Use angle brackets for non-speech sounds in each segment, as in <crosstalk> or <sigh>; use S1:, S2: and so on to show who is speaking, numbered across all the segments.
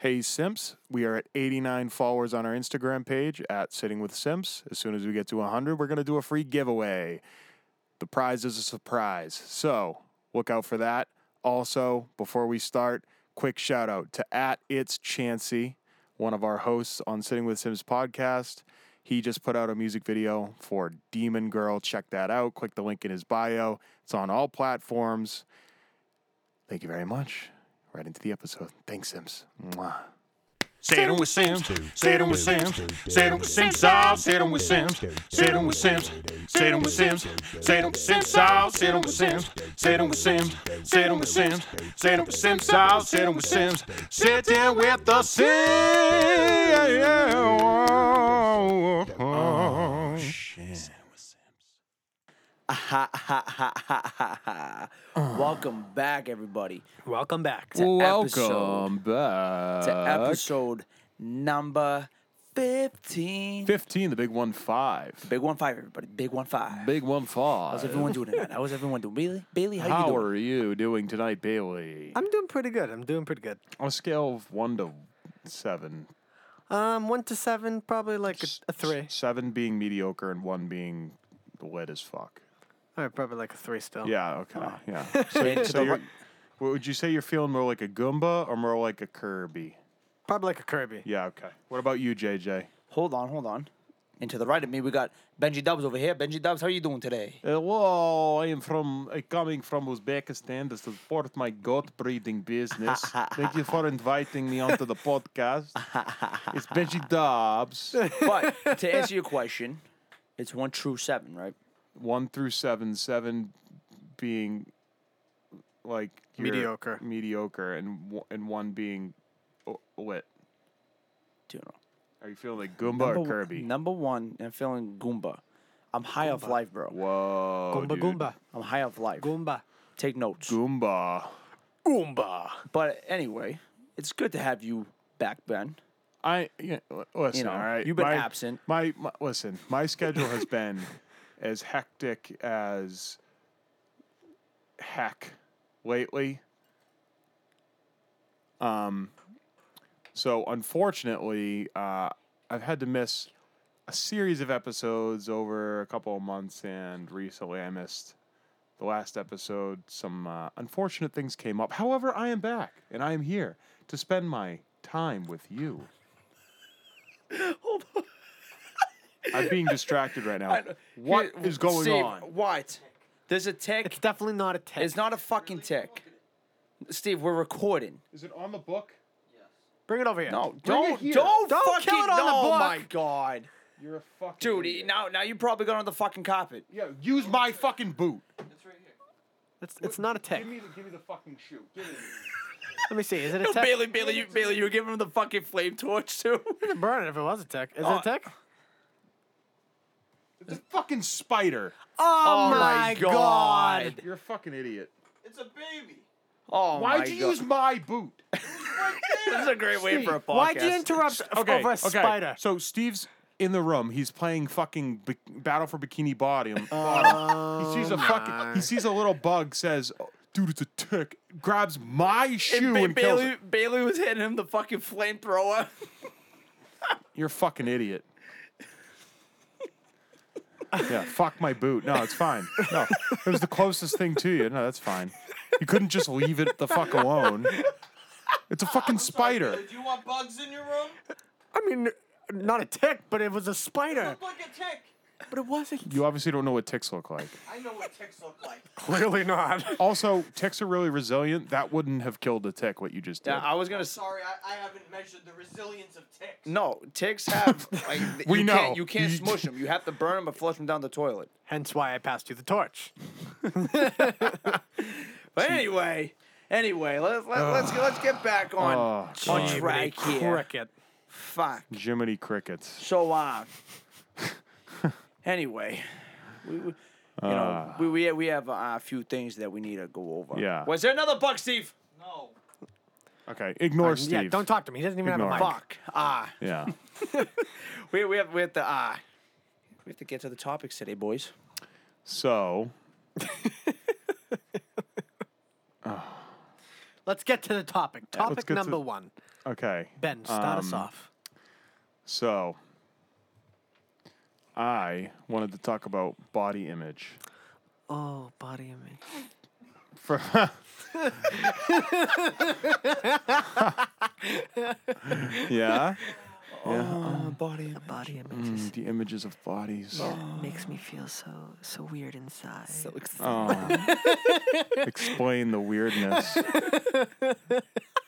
S1: Hayes Simps. We are at 89 followers on our Instagram page at Sitting with Simps. As soon as we get to 100, we're going to do a free giveaway. The prize is a surprise. So look out for that. Also, before we start, quick shout out to at It's Chancy, one of our hosts on Sitting with Sims podcast. He just put out a music video for Demon Girl. Check that out. Click the link in his bio. It's on all platforms. Thank you very much. Right into the episode. Thanks, Sims. Mwah.
S2: Sit with Sims, sit with Sims, sit with Sims, I'll sit with Sims, sit with Sims, sit with Sims, sit with Sims, I'll sit with Sims, sit with Sims, sit with Sims, sit with Sims, I'll sit with Sims, sit in with the Sims. Oh, shit.
S3: Ha ha ha ha ha ha. <laughs> Welcome back, everybody,
S4: Welcome back.
S3: to episode
S1: back
S3: to episode number fifteen.
S1: 15, the big one five.
S3: Big one five, everybody. Big one five.
S1: Big one
S3: How's
S1: five.
S3: everyone doing tonight? How's everyone doing? Bailey, Bailey, how, you
S1: How
S3: doing?
S1: are you doing tonight, Bailey?
S4: I'm doing pretty good. I'm doing pretty good.
S1: On a scale of one to seven,
S4: Um, one to seven, probably like a, a three.
S1: seven being mediocre and one being lit as fuck.
S4: All right, probably like a three
S3: Oh.
S4: still.
S1: Yeah, okay.
S3: <laughs>
S1: Yeah. So,
S3: It's
S1: so
S3: the
S1: you're,
S3: ri-
S1: what would you say you're feeling more like a Goomba or more like a Kirby?
S4: Probably like a Kirby.
S1: Yeah, okay. What about you, JJ?
S3: Hold on, hold on. And to the right of me, we got Benji Dubs over here. Benji Dubs, how you doing today?
S1: Hello, Uh, I am from I coming from Uzbekistan to support my goat breeding
S4: <laughs>
S1: business. Thank you for inviting me onto the podcast. It's Benji Dobbs.
S4: <laughs>
S3: But <laughs> to answer your question, it's one true seven, right?
S1: One through seven, seven being like your-
S4: Mediocre.
S1: mediocre, and wo- and one being o- lit.
S3: Two in a row.
S1: Are you feeling like Goomba
S3: Number
S1: or
S3: one-
S1: Kirby?
S3: Number one, I'm feeling Goomba. I'm high off life, bro.
S1: Whoa,
S4: Goomba,
S1: dude.
S4: Goomba,
S3: I'm high off life.
S4: Goomba.
S3: Take notes.
S1: Goomba.
S4: Goomba.
S3: But anyway, it's good to have you back, Ben.
S1: I yeah, l- listen.
S3: know,
S1: all right,
S3: you've been
S1: my,
S3: absent.
S1: My, my listen, my schedule has been <laughs> as hectic as heck lately. Um, so unfortunately, uh, I've had to miss a series of episodes over a couple of months, and recently I missed the last episode. Some uh, unfortunate things came up. However, I am back, and I am here to spend my time with you. I'm being distracted right
S3: <laughs>
S1: now. What
S3: Here,
S1: is going
S3: Steve,
S1: on?
S3: What? There's a tick.
S4: It's definitely not a ten.
S3: It's not a fucking tick. Steve, we're recording.
S1: Is it on the book?
S4: Bring it over here.
S3: No,
S1: Bring it
S3: don't,
S1: here.
S3: don't,
S4: Don't
S3: fucking,
S4: kill it on the
S3: no,
S4: book.
S3: my god,
S1: You're a fucking
S3: dude.
S1: idiot.
S3: Now, now you probably got on the fucking carpet.
S1: Yeah, use my fucking boot.
S4: It's, it's not a
S1: Give
S4: ten.
S1: me, the, give me the fucking shoe. Give me the-
S4: Let me see. Is it a tech?
S3: Bailey, Bailey, you, Bailey, you were giving him the fucking flame torch too.
S4: Burn it if it was a tech. Is
S3: Oh.
S4: it a tech?
S1: It's a fucking spider.
S4: Oh,
S3: my God.
S1: You're a fucking idiot.
S3: <laughs> Oh
S1: Why'd
S3: my
S1: you
S3: god,
S1: use my boot?
S3: this is a great way for a podcast.
S4: Why'd you interrupt over a spider?
S1: So Steve's in the room. He's playing fucking Bi- Battle for Bikini Bottom. he sees a fucking. He sees a little bug. Says, "Oh, "Dude, it's a tick." Grabs my shoe
S3: And
S1: and,
S3: Ba-
S1: kills
S3: Bailey,
S1: it.
S3: Bailey was hitting him the fucking flamethrower.
S1: You're a fucking idiot. yeah, fuck my boot. No, it's fine. No, it was the closest thing to you. No, that's fine. You couldn't just leave it the fuck alone. It's a
S4: <laughs>
S1: fucking spider.
S5: Do you want bugs in your room?
S4: I mean, not a tick, but it was a spider.
S6: Uh, <laughs>
S5: Look like a tick.
S4: But it wasn't.
S1: You obviously don't know what ticks look like.
S5: I know what ticks look like.
S4: Clearly not.
S1: Also, ticks are really resilient. That wouldn't have killed a tick. What you just did.
S3: Yeah, I was gonna. s-
S5: Sorry, I, I haven't measured the resilience of ticks.
S3: No, ticks
S1: <laughs>
S3: have like th-
S1: We
S3: you
S1: know.
S3: Can't, you can't
S1: You-
S3: smush them. You have to burn them or flush them down the toilet.
S4: Hence why I passed you the torch.
S3: But anyway, anyway, let's let, let's get- let's get back on
S1: Oh,
S3: on track
S4: Jiminy
S3: here.
S4: Cricket.
S3: Fuck.
S1: Jiminy crickets.
S3: So uh,
S1: <laughs>
S3: anyway, we, we you know we we we have uh, a few things that we need to go over.
S1: Ah. Yeah.
S3: Was there another bug, Steve?
S5: No.
S1: Okay, ignore Steve.
S4: Uh, Yeah, don't talk to me. He doesn't even
S1: Ignore
S4: have
S1: him.
S4: a mic.
S3: Fuck.
S4: Uh,
S3: Ah,
S1: Yeah.
S3: we we have we have to ah, we have to get to the topics today, boys.
S1: So,
S4: Let's get to the topic. Topic
S1: get to- Um,
S4: number one.
S1: Okay.
S4: Ben, start us off.
S1: So I wanted to talk about body
S4: <laughs>
S1: image.
S4: Oh, body of me.
S1: For yeah.
S4: Body of body of me.
S1: Mm, The images of
S4: <laughs>
S1: bodies.
S4: Mm.
S7: makes me feel so so weird inside.
S1: Explain the
S4: <laughs>
S1: weirdness.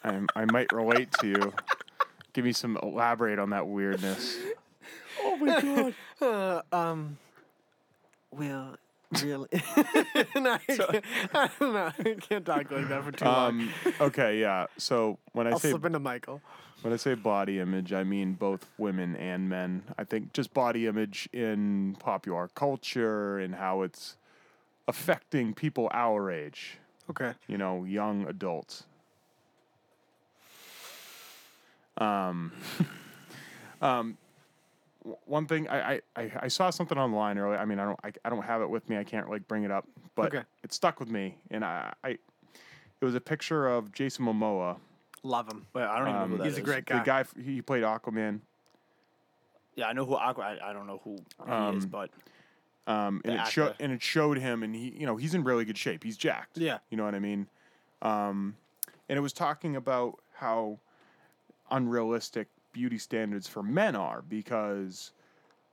S1: i I might relate to you. Give me some elaborate on that weirdness.
S4: <laughs> Um,
S7: Well,
S4: <laughs>
S7: really,
S4: no, I, can't, I don't know. I can't talk like that for too long.
S1: Um, okay, yeah. So when I
S4: I'll
S1: say
S4: slip into Michael.
S1: When I say body image, I mean both women and men. I think just body image in popular culture and how it's affecting people our age,
S4: Okay.
S1: you know, young adults. <laughs> Um, um, w- one thing I, I- I, I saw something online earlier. I mean, I don't I, I don't have it with me. I can't like bring it up, but
S4: Okay.
S1: it stuck with me, and I, I it was a picture of Jason Momoa.
S4: Love him.
S3: Wait, I
S1: Um,
S3: don't even know who that
S4: he's a
S3: is.
S4: great guy.
S1: The guy f- he he played Aquaman.
S3: Yeah, I know who Aqua. I, I don't know who he is, but
S1: Um, and
S3: The
S1: it showed
S3: actor.
S1: and it showed him, and he, you know, he's in really good shape. He's jacked.
S4: Yeah.
S1: you know what I mean. Um, and it was talking about how unrealistic beauty standards for men are because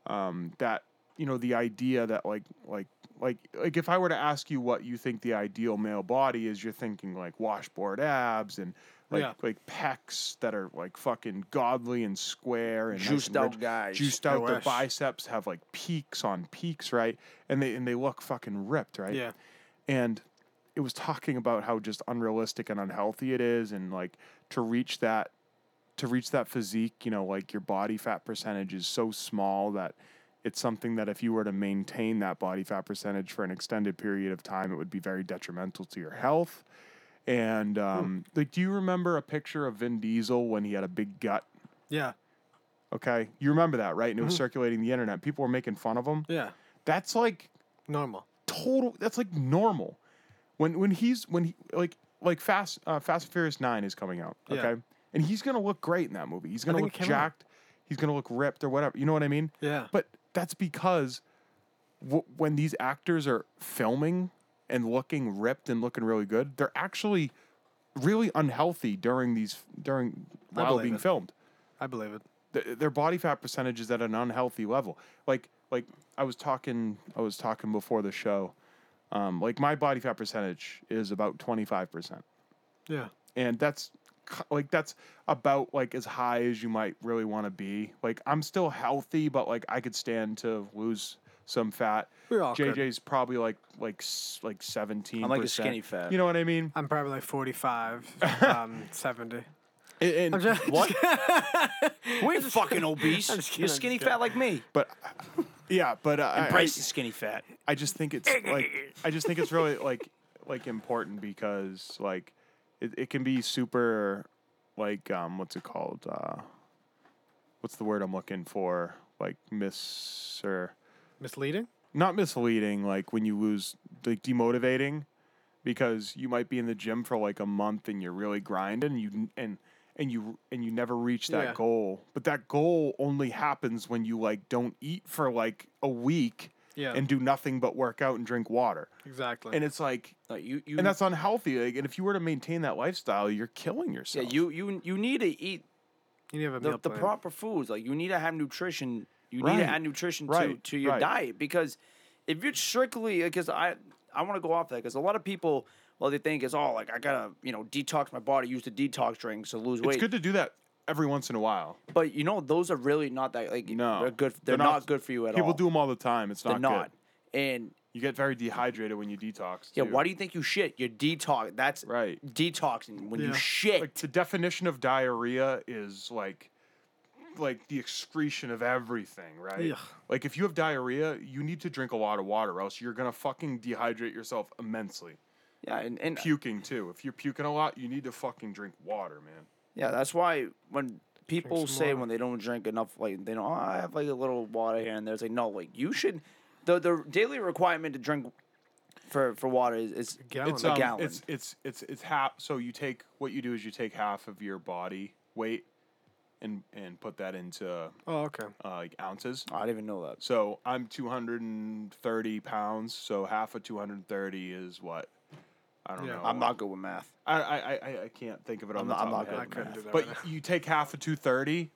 S1: um, that you know the idea that like like like like if I were to ask you what you think the ideal male body is, you're thinking like washboard abs and like
S4: Yeah.
S1: like pecs that are like fucking godly and square and nice
S3: Juiced
S1: and
S3: out
S1: rich-
S3: guys.
S1: juiced out. Their
S4: wish.
S1: biceps have like peaks on peaks, right? And they and they look fucking ripped, right?
S4: Yeah.
S1: and it was talking about how just unrealistic and unhealthy it is and like to reach that to reach that physique you know like your body fat percentage is so small that it's something that if you were to maintain that body fat percentage for an extended period of time it would be very detrimental to your health and um, like do you remember a picture of vin diesel when he had a big gut
S4: Yeah.
S1: okay you remember that right and it was circulating the internet people were making fun of him
S4: Yeah.
S1: that's like
S4: Normal.
S1: total that's like normal when when he's when he like like fast uh, fast and furious 9 is coming out
S4: Yeah.
S1: okay and he's gonna look great in that movie he's gonna
S4: think
S1: look
S4: it came out.
S1: jacked he's gonna look ripped or whatever you know what i mean
S4: Yeah.
S1: but that's because w- when these actors are filming and looking ripped and looking really good they're actually really unhealthy during these during while
S4: believe
S1: being
S4: it.
S1: filmed
S4: I believe it.
S1: th- their body fat percentage is at an unhealthy level. Like like I was talking I was talking before the show. Um, like my body fat percentage is about twenty five percent,
S4: Yeah.
S1: and that's c- like that's about like as high as you might really want to be. Like I'm still healthy, but like I could stand to lose some fat.
S4: We all could.
S1: JJ's probably like like s- like seventeen.
S3: I'm like a skinny fat.
S1: You know what I mean?
S4: I'm probably
S1: <laughs>
S4: like 45, um, 70.
S1: And- and-
S3: what? we ain't fucking obese. You're skinny fat like me.
S1: but yeah, but uh, I- I-
S3: Bryce is skinny fat.
S1: I just think it's like I just think it's really like like important because like it, it can be super like um what's it called uh what's the word I'm looking for like mis or
S4: Misleading?
S1: not misleading like when you lose like demotivating because you might be in the gym for like a month and you're really grinding and you and and you and you never reach that
S4: Yeah.
S1: goal but that goal only happens when you like don't eat for like a week
S4: Yeah.
S1: and do nothing but work out and drink water
S4: Exactly.
S1: and it's like
S3: No, you, you,
S1: and that's unhealthy like, and if you were to maintain that lifestyle you're killing
S3: yeah,
S1: yourself
S3: you, you, you need to eat
S4: you need to have a
S3: the,
S4: meal
S3: the
S4: plan.
S3: proper foods. Like you need to have nutrition. You need
S1: Right.
S3: to add nutrition
S1: Right.
S3: to, to your
S1: Right.
S3: diet because if you're strictly because I I want to go off that because a lot of people well they think is oh like I gotta you know detox my body use the detox drinks to lose
S1: it's
S3: weight.
S1: good to do that every once in a while
S3: but you know those are really not that like
S1: no
S3: they're good they're, not, good for you at
S1: people
S3: all.
S1: people do them all the time it's
S3: they're
S1: not,
S3: not.
S1: good
S3: And
S1: you get very dehydrated when you detox
S3: yeah,
S1: too.
S3: why do you think you shit? You're detox. That's
S1: Right.
S3: Detoxing when you
S4: Yeah.
S3: shit.
S1: like the definition of diarrhea is like like the excretion of everything, right?
S4: Ugh.
S1: Like if you have diarrhea, you need to drink a lot of water, or else you're gonna fucking dehydrate yourself immensely.
S3: yeah, and, and
S1: Puking too. If you're puking a lot, you need to fucking drink water, man.
S3: Yeah, that's why when people
S4: some
S3: say
S4: water.
S3: when they don't drink enough, like they don't, oh, I have like a little water here and there. It's like no, like you should. The the daily requirement to drink for, for water is, is
S4: gallon.
S3: it's
S4: A
S3: a
S4: um,
S3: gallon.
S1: It's it's it's it's half. So you take what you do is you take half of your body weight, and and put that into uh,
S4: Oh, okay.
S1: like ounces.
S3: Oh, I didn't even know that.
S1: So I'm 230 pounds. So half of 230 is what? I don't
S4: Yeah.
S1: know.
S3: I'm not good with math.
S1: I I, I- I I can't think of it on
S3: I'm
S1: the
S3: not-
S1: top
S3: I'm
S1: of
S3: not
S1: my
S4: I
S1: head.
S4: couldn't do that.
S1: But
S4: right now.
S1: you take half of 230,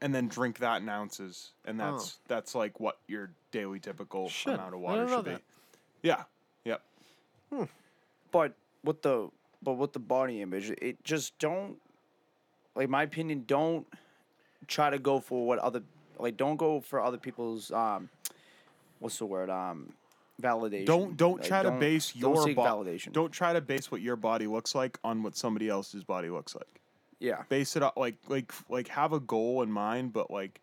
S1: and then drink that in ounces, and that's that's like what your daily typical
S4: Shit,
S1: amount of
S4: I
S1: water
S4: didn't know
S1: should be.
S4: that.
S1: Yeah. Yep.
S3: But with the but with the body image, it just don't like my opinion. Don't try to go for what other like. Don't go for other people's um, what's the word um, validation.
S1: Don't don't
S3: Like,
S1: try to base your
S3: don't seek
S1: bo-
S3: validation.
S1: Don't try to base what your body looks like on what somebody else's body looks like.
S3: yeah.
S1: Base it up like like like have a goal in mind, but like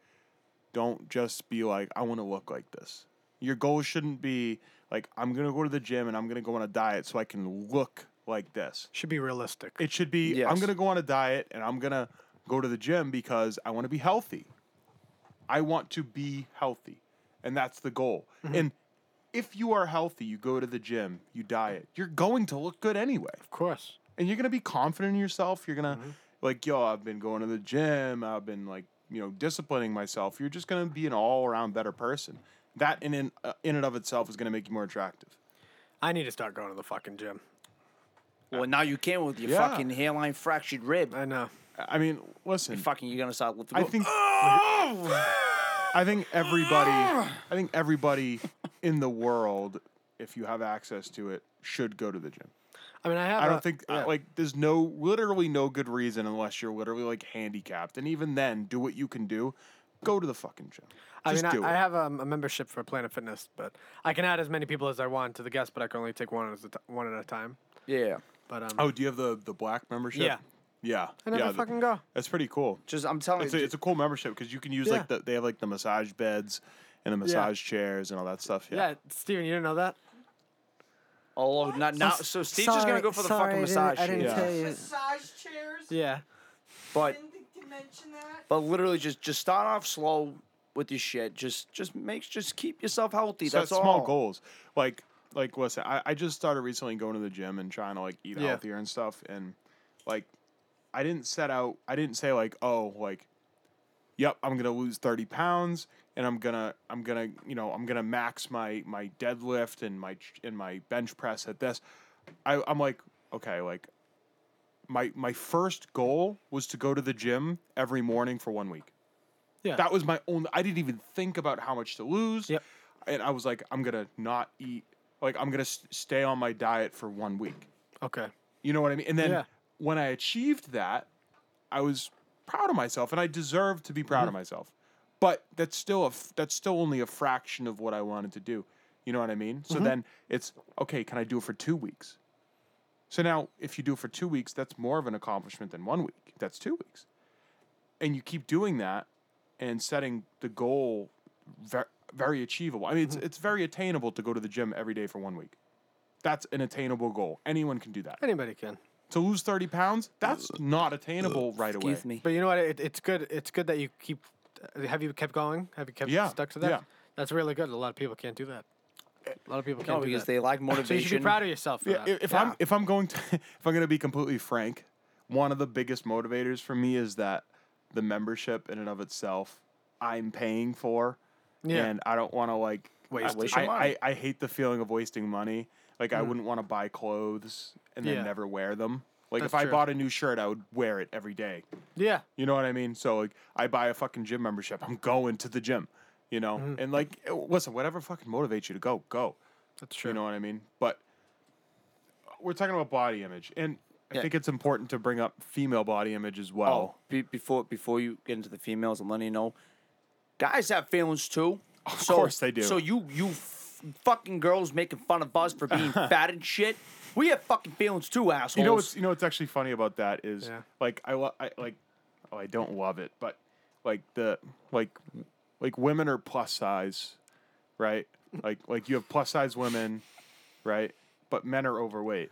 S1: don't just be like I want to look like this. Your goal shouldn't be like I'm gonna go to the gym and I'm gonna go on a diet so I can look like this.
S4: Should be realistic.
S1: It should be I'm
S3: Yes.
S1: gonna go on a diet and I'm gonna go to the gym because I want to be healthy. I want to be healthy, and that's the goal. And if you are healthy, you go to the gym, you diet, you're going to look good anyway,
S4: of course.
S1: and you're gonna be confident in yourself. You're gonna like, yo, I've been going to the gym. I've been like, you know, disciplining myself. You're just gonna be an all around better person. That in in, uh, in and of itself is gonna make you more attractive.
S4: I need to start going to the fucking gym.
S3: Well, now you can with your
S1: Yeah.
S3: fucking hairline fractured rib.
S4: I know.
S1: I I mean, listen,
S3: Fucking, you're gonna start lifting.
S1: I think "Oh!" I think everybody I think everybody in the world, if you have access to it, should go to the gym.
S4: I mean, I have.
S1: I
S4: a-
S1: don't think
S4: Uh,
S1: uh,
S4: yeah.
S1: like there's no literally no good reason unless you're literally like handicapped, and even then, do what you can do. Go to the fucking gym.
S4: I
S1: Just
S4: mean, I,
S1: do
S4: I
S1: it.
S4: have um, a membership for Planet Fitness, but I can add as many people as I want to the guest, but I can only take one at a, t- one at a time.
S3: yeah.
S4: But um,
S1: oh, do you have the the black membership?
S4: Yeah.
S1: yeah,
S4: I never
S1: yeah. th-
S4: fucking go.
S1: That's pretty cool.
S3: Just I'm telling
S1: It's
S3: you.
S1: a, it's a cool membership because you can use like
S4: Yeah.
S1: the they have like the massage beds and the massage chairs and all that stuff.
S4: Yeah, Steven, you didn't know that?
S3: oh, not now. So Steve's just gonna
S7: Sorry-
S3: go for the
S7: sorry,
S3: fucking massage.
S7: I didn't, I
S3: shit.
S7: didn't
S1: Yeah.
S7: tell you.
S5: Massage chairs.
S4: Yeah.
S3: But
S5: Didn't think to mention that.
S3: But literally, just just start off slow with your shit. Just just make just keep yourself healthy.
S1: set
S3: That's
S1: small
S3: all.
S1: goals. Like like listen, I, I just started recently going to the gym and trying to like eat
S4: Yeah.
S1: healthier and stuff and like I didn't set out I didn't say like, oh, like yep, I'm gonna lose thirty pounds and I'm gonna I'm gonna you know, I'm gonna max my my deadlift and my ch- and my bench press at this. I, I'm like, okay, like my my first goal was to go to the gym every morning for one week.
S4: Yeah.
S1: That was my only I didn't even think about how much to lose.
S4: Yep.
S1: And I was like, I'm gonna not eat like I'm gonna s stay on my diet for one week.
S4: Okay.
S1: You know what I mean? And then
S4: Yeah.
S1: when I achieved that, I was proud of myself and I deserved to be proud of myself. But that's still a f- that's still only a fraction of what I wanted to do. You know what I mean? So then it's okay, can I do it for 2 weeks? So now if you do it for 2 weeks, that's more of an accomplishment than 1 week. That's 2 weeks. And you keep doing that and setting the goal very, very achievable. I mean, it's it's very attainable to go to the gym every day for 1 week. That's an attainable goal. Anyone can do that
S4: Anybody can.
S1: to lose 30 pounds that's not attainable right away
S3: Excuse me.
S4: But you know what? It, it's good. It's good that you keep. uh, Have you kept going? Have you kept
S1: Yeah,
S4: stuck to that?
S1: yeah.
S4: That's really good. A lot of people can't do that. A lot of people can't
S3: No,
S4: do
S3: because
S4: that.
S3: they lack
S4: so you should be
S3: motivation.
S4: proud of yourself for
S1: Yeah,
S4: that.
S1: i- if i'm if i'm going to <laughs> if i'm going to be completely frank one of the biggest motivators for me is that the membership in and of itself i'm paying for
S4: Yeah.
S1: and i don't want to like
S4: Waste
S1: I,
S4: it.
S1: I, I, I hate the feeling of wasting money like i wouldn't want to buy clothes and then
S4: Mm. Yeah.
S1: never wear them like
S4: That's
S1: if i
S4: true.
S1: bought a new shirt i would wear it every day
S4: yeah.
S1: You know what I mean? So like, I buy a fucking gym membership. I'm going to the gym. You know, and like, eh, listen, whatever fucking motivates you to go, go.
S4: That's true.
S1: You know what I mean? But we're talking about body image, and I
S3: Yeah.
S1: think it's important to bring up female body image as
S3: Oh,
S1: well.
S3: be, before before you get into the females, I'm letting you know, guys have feelings too. Of
S1: course they do.
S3: So you you f- fucking girls making fun of us
S1: <laughs>
S3: for being fat and shit. We have fucking feelings too, assholes.
S1: You know what's you know what's actually funny about that is
S4: Yeah.
S1: like I, lo- I like oh I don't love it, but like the like like women are plus size, right? Like like you have plus size women, right? But men are overweight.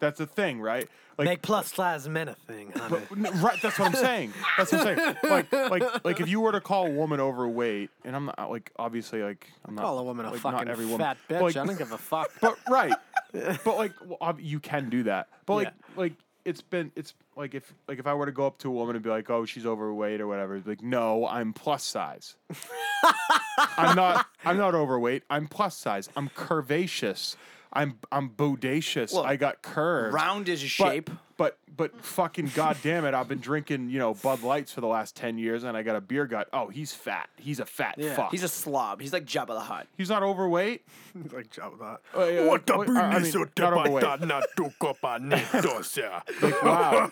S1: That's the thing, right? Like,
S4: Make plus size men a thing, honey.
S1: No, right, that's what I'm saying. That's what I'm saying. Like, like, like, if you were to call a woman overweight, and I'm not like obviously like I'm not
S4: Call a woman a
S1: like, not
S4: fucking
S1: every woman,
S4: fat
S1: but,
S4: bitch.
S1: like,
S4: I don't give
S1: <laughs>
S4: a fuck.
S1: but
S3: <laughs>
S1: right, but like well, ob- you can do that. But like,
S4: Yeah.
S1: like it's been it's like if like if I were to go up to a woman and be like, oh, she's overweight or whatever, like no, I'm plus
S3: <laughs>
S1: size. I'm not. I'm not overweight. I'm plus size. I'm curvaceous. I'm I'm bodacious. I got curves.
S3: Round is a
S1: But-
S3: shape.
S1: But but fucking goddamn it, I've been drinking you know Bud Lights for the last ten years, and I got a beer gut. Oh, he's fat. He's a fat fuck.
S3: He's a slob. He's like Jabba the Hutt.
S1: he's not overweight.
S4: like job that.
S1: Uh, yeah, wait, I- I mean, not overweight.
S4: <laughs>
S1: Like, wow.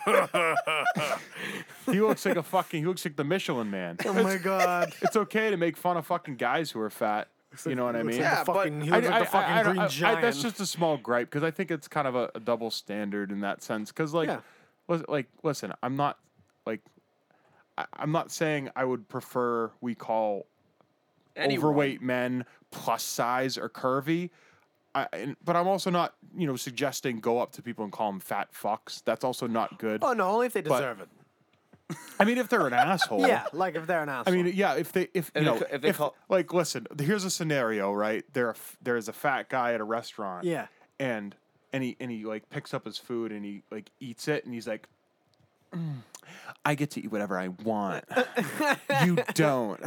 S1: <laughs> he looks like a fucking. He looks like the Michelin Man.
S4: Oh my god.
S1: It's okay to make fun of fucking guys who are fat. You know what <laughs> I mean?
S3: Yeah, but-
S4: fucking, he
S1: I-
S4: looks like the
S1: I- I-
S4: fucking
S1: I don't-
S4: green
S1: I- I-
S4: giant.
S1: that's just a small gripe because I think it's kind of a, a double standard in that sense. Because like,
S4: Yeah.
S1: lis- like, listen, I'm not like, I, I'm not saying I would prefer we call
S3: Anyone.
S1: overweight men plus size or curvy. I, and, but I'm also not, you know, suggesting go up to people and call them fat fucks. That's also not good.
S4: oh no, only if they deserve it.
S1: I mean, if they're an asshole,
S4: Yeah, like if they're an
S1: I
S4: asshole.
S1: mean, yeah, if they if you
S3: they
S1: know
S3: ca-
S1: if,
S3: if they call-
S1: like listen, here's a scenario, right? There are f- there is a fat guy at a restaurant,
S4: Yeah.
S1: and and he and he like picks up his food and he like eats it and he's like, "Mm, I get to eat whatever I
S4: <laughs>
S1: want. you don't.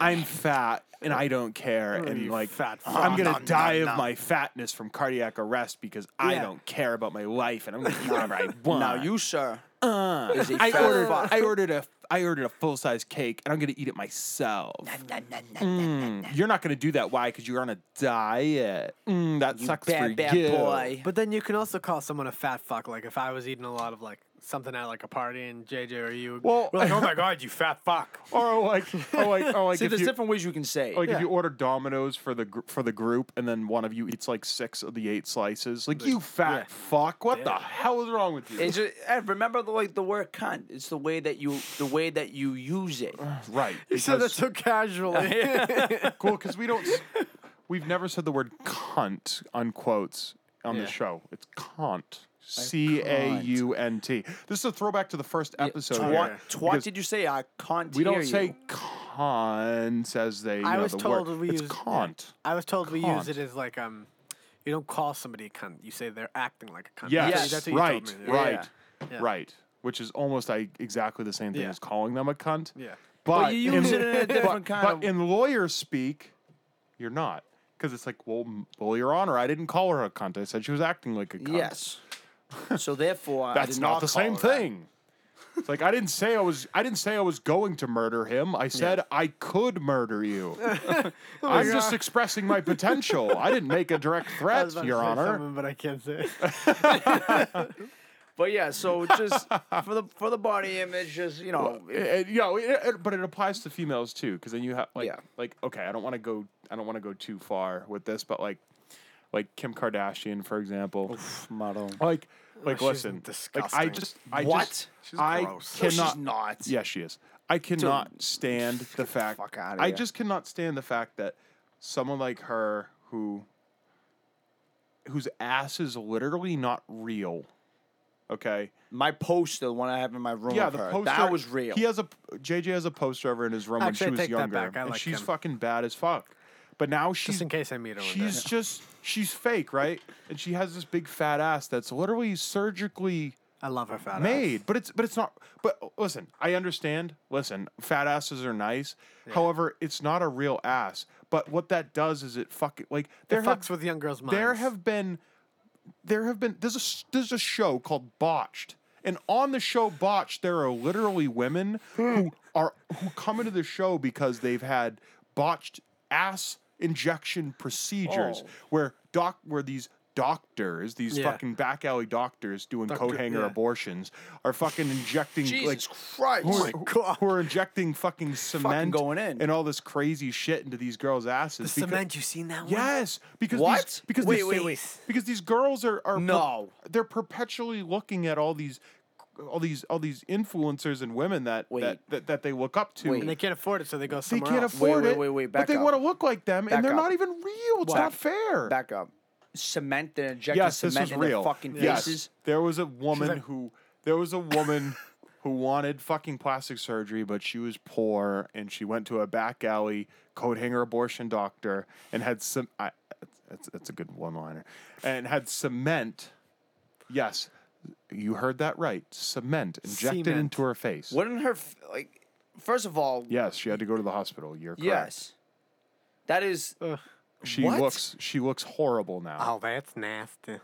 S1: I'm fat and I don't care. And
S4: Oh, you
S1: like
S4: fat
S1: I'm
S4: fuck.
S1: gonna
S4: Nom, nom,
S1: die of
S4: nom.
S1: my fatness from cardiac arrest because I
S4: Yeah.
S1: don't care about my life and I'm gonna eat whatever
S4: <laughs>
S1: I want.
S3: Now you, sir, is a
S1: I
S3: fat
S1: ordered,
S3: fuck.
S1: I ordered a I ordered a full size cake and I'm gonna eat it myself. Mm, you're not gonna do that. Why? Because you're on a diet. Mm, that sucks for
S3: bad, bad
S1: you.
S3: boy.
S4: But then you can also call someone a fat fuck. Like if I was eating a lot of like something at like a party and JJ or you
S1: Well-
S4: were like, oh my <laughs> god, you fat fuck.
S1: Or like, or like,
S3: <laughs>
S1: or like
S3: See,
S1: if
S3: there's
S1: you,
S3: different ways you can say. it.
S1: like if you order Domino's for the gr- for the group and then one of you eats like six of the eight slices, like you fat fuck. What the hell is wrong with you?
S3: It's just, eh, remember the like the word cunt. It's the way that you the way that you use
S1: <sighs>
S3: it.
S1: right.
S4: You said that
S1: because-
S4: so <laughs> casually.
S1: Cool, because we don't. s- We've never said the word cunt unquotes on the
S3: Yeah.
S1: show. It's cunt. C A U N T. This is a throwback to the first episode.
S3: Twat,
S1: here,
S3: twat
S1: because
S3: did you say? I can't
S1: we
S3: hear
S1: don't
S3: you.
S1: say cons as they. You
S4: I
S1: know,
S4: was
S1: the
S4: told
S1: word.
S4: we
S1: it's
S4: use yeah.
S1: cunt.
S4: I was told we use
S1: Cunt.
S4: it as like um, you don't call somebody a cunt. You say they're acting like a cunt.
S1: Yes,
S4: That's what- that's what you
S1: right,
S4: told me.
S1: right,
S4: Yeah.
S1: right. Which is almost I, exactly the same thing
S4: Yeah.
S1: as calling them a cunt.
S4: Yeah.
S1: But,
S3: you
S1: in-
S3: use it in a
S1: but-
S3: different kind
S1: but
S3: of-
S1: in lawyer speak, you're not. Because it's like, well, m- well, Your Honor, I didn't call her a cunt. I said she was acting like a cunt. <laughs>
S3: Yes. so therefore, I
S1: That's
S3: did
S1: not,
S3: not
S1: the
S3: call
S1: same
S3: her that.
S1: thing. It's like I didn't say I was I didn't say I was going to murder him. I said I could murder
S4: <laughs>
S1: you.
S4: Oh
S1: I'm just expressing my potential. I didn't make a direct
S4: <laughs> I
S1: threat,
S4: was about to
S1: Your
S4: say
S1: Honor.
S4: something, but I can't say. it.
S3: But yeah,
S1: <laughs>
S3: so just for the for the body image, just you know,
S1: It- it- you know, it- it- but it applies to females too, because then you have like
S3: Yeah.
S1: like okay, I don't want to go I don't want to go too far with this, but like like Kim Kardashian, for example,
S3: model. Oh,
S1: like like
S4: she's
S1: listen, like I
S4: disgusting.
S1: just I
S3: What?
S1: just
S4: She's
S1: I
S4: gross.
S3: No,
S1: cannot
S3: she's not.
S1: Yeah, she is. I cannot stand the fact.
S3: fuck outta
S1: I
S3: here.
S1: just cannot stand the fact that someone like her, who whose ass is literally not real, okay.
S3: My poster, the one I have in my room.
S1: yeah,
S3: of
S1: the
S3: her,
S1: poster
S3: That was real.
S1: He has a JJ has a poster of her in his room
S4: Actually, I
S1: when she was
S4: take that
S1: younger,
S4: back. I
S1: and
S4: like
S1: she's
S4: him.
S1: fucking bad as fuck. But now she's
S4: <laughs> Just in case I meet her. One day.
S1: she's just she's fake, right? And she has this big fat ass that's literally surgically
S4: I love her fat ass.
S1: made, but it's but it's not. But listen, I understand. Listen, fat asses are nice. However, it's not a real ass. But what that does is it fucking like there
S4: It
S1: have,
S4: fucks with young girls' minds.
S1: there have been there have been there's a s- there's a show called Botched. And on the show Botched, there are literally women who are who come into the show because they've had botched ass injection procedures
S3: Oh.
S1: where doc where these doctors, these
S4: Yeah.
S1: fucking back alley doctors doing
S4: Doctor-
S1: coat hanger
S4: yeah.
S1: abortions are fucking injecting
S3: Jesus
S1: like
S3: Christ.
S1: who, are- who are injecting fucking cement
S3: going in.
S1: and all this crazy shit into these girls' asses.
S7: The
S1: because-
S7: cement, you seen that one?
S1: Yes, because These,
S3: What?
S1: because
S3: Wait,
S1: these,
S3: wait,
S7: wait.
S1: because these girls are are per-
S3: No.
S1: they're perpetually looking at all these all these all these influencers and women that that,
S3: Wait.
S1: that that they look up to.
S4: and they can't afford it, so they go
S1: They
S4: somewhere
S1: can't
S4: else.
S1: afford
S3: wait,
S1: it,
S3: wait, wait,
S1: but
S3: back
S1: they
S3: up.
S1: want to look like them,
S3: Back
S1: and they're
S3: up.
S1: not even real. It's
S3: Back-
S1: not fair.
S3: Back up. cement and injected
S1: yes, this
S3: cement
S1: is
S3: in their
S1: real.
S3: fucking
S1: yes,
S3: faces.
S1: there was a woman who there was a woman who wanted fucking plastic surgery, but she was poor and she went to a back alley coat hanger abortion doctor and had some. I, that's, that's a good one liner, and had cement. Yes, you heard that right. Cement injected
S4: Cement.
S1: into her face.
S3: Wouldn't her f- like? First of all,
S1: Yes, she had to go to the hospital. You're correct.
S3: yes, that is.
S1: Uh. she
S3: What?
S1: looks she looks horrible now.
S4: Oh, that's nasty.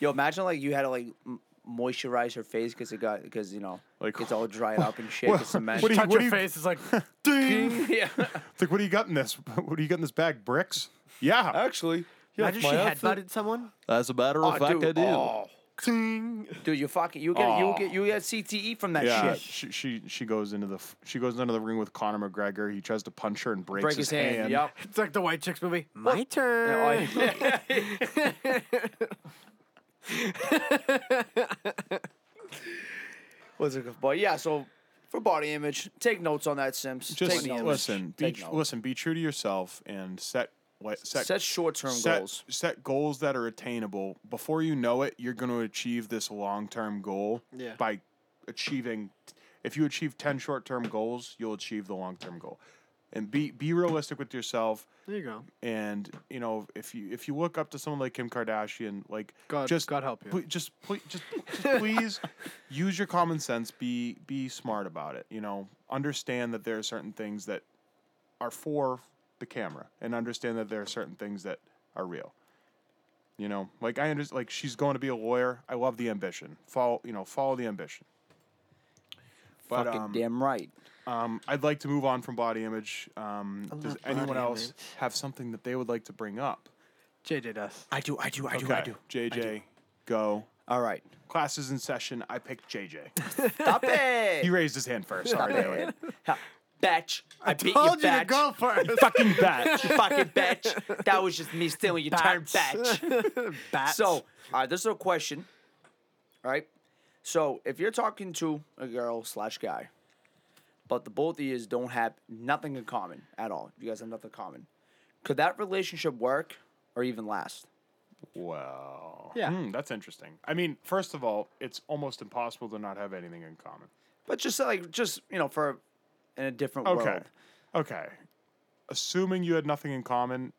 S3: Yo, imagine like you had to like m- moisturize her face because it got because you know
S1: Like,
S3: it's all dried up and shit.
S1: what- <laughs>
S3: What, cement.
S1: what
S3: <laughs>
S1: do you-
S4: Touch
S1: do
S4: your face
S1: <laughs>
S4: is like
S1: Ding!
S3: yeah,
S1: It's like, what do you got in this? <laughs> What do you got in this bag? Bricks? Yeah.
S3: actually,
S7: Imagine she headbutted someone.
S1: That's a matter of
S3: dude, oh,
S4: ting.
S3: dude, you fucking you get you
S1: Aw.
S3: get you get CTE from that
S1: Yeah,
S3: shit.
S1: she, she she goes into the f- she goes into the ring with Conor McGregor. He tries to punch her and breaks
S3: Break his hand. Yep.
S4: It's like the White Chicks movie. My turn.
S3: Oh, yeah. What's it called? But yeah, so for body image, take notes on that, Sims.
S1: Just
S3: take notes.
S1: listen, be
S3: Take
S1: tr-
S3: notes.
S1: listen, be true to yourself and set what set
S3: Set short-term
S1: set-
S3: goals.
S1: Set goals that are attainable. Before you know it, you're going to achieve this long-term goal
S4: Yeah.
S1: by achieving if you achieve 10 short-term goals, you'll achieve the long-term goal. And be be realistic with yourself.
S4: There you go.
S1: and you know if you if you look up to someone like Kim Kardashian, like
S4: God-
S1: just
S4: God help you.
S1: ple- just please, just, just please
S4: <laughs>
S1: use your common sense. Be be smart about it. You know, understand that there are certain things that are for the camera, and understand that there are certain things that are real. You know, like I understand, like she's going to be a lawyer. I love the ambition. Follow, you know, follow the ambition. But
S3: Fucking
S1: um,
S3: damn right.
S1: um, I'd like to move on from body image. Um, does
S7: love
S1: anyone
S7: body
S1: else
S7: image.
S1: have something that they would like to bring up?
S4: JJ does. <laughs>
S3: I do, I do, I
S1: Okay, JJ, go.
S3: All right.
S1: Class is in session. I picked JJ.
S7: <laughs>
S3: Stop it.
S1: He raised his hand first. Sorry, Bailey.
S3: Ha, Batch. I, beat
S4: Told
S3: you,
S4: <laughs> you to
S3: batch.
S4: go first.
S1: Fucking <laughs> batch.
S3: You fucking batch. That was just me stealing your time, batch.
S4: Bats.
S3: So, all right, this is a question. All right. So, if you're talking to a girl slash guy, but the both of you don't have nothing in common at all, you guys have nothing in common, could that relationship work or even last?
S1: Wow.
S4: Yeah.
S1: Hmm, that's interesting. I mean, first of all, it's almost impossible to not have anything in common.
S3: But just like, just, you know, for in a different
S1: Okay.
S3: world.
S1: Okay. Assuming you had nothing in common,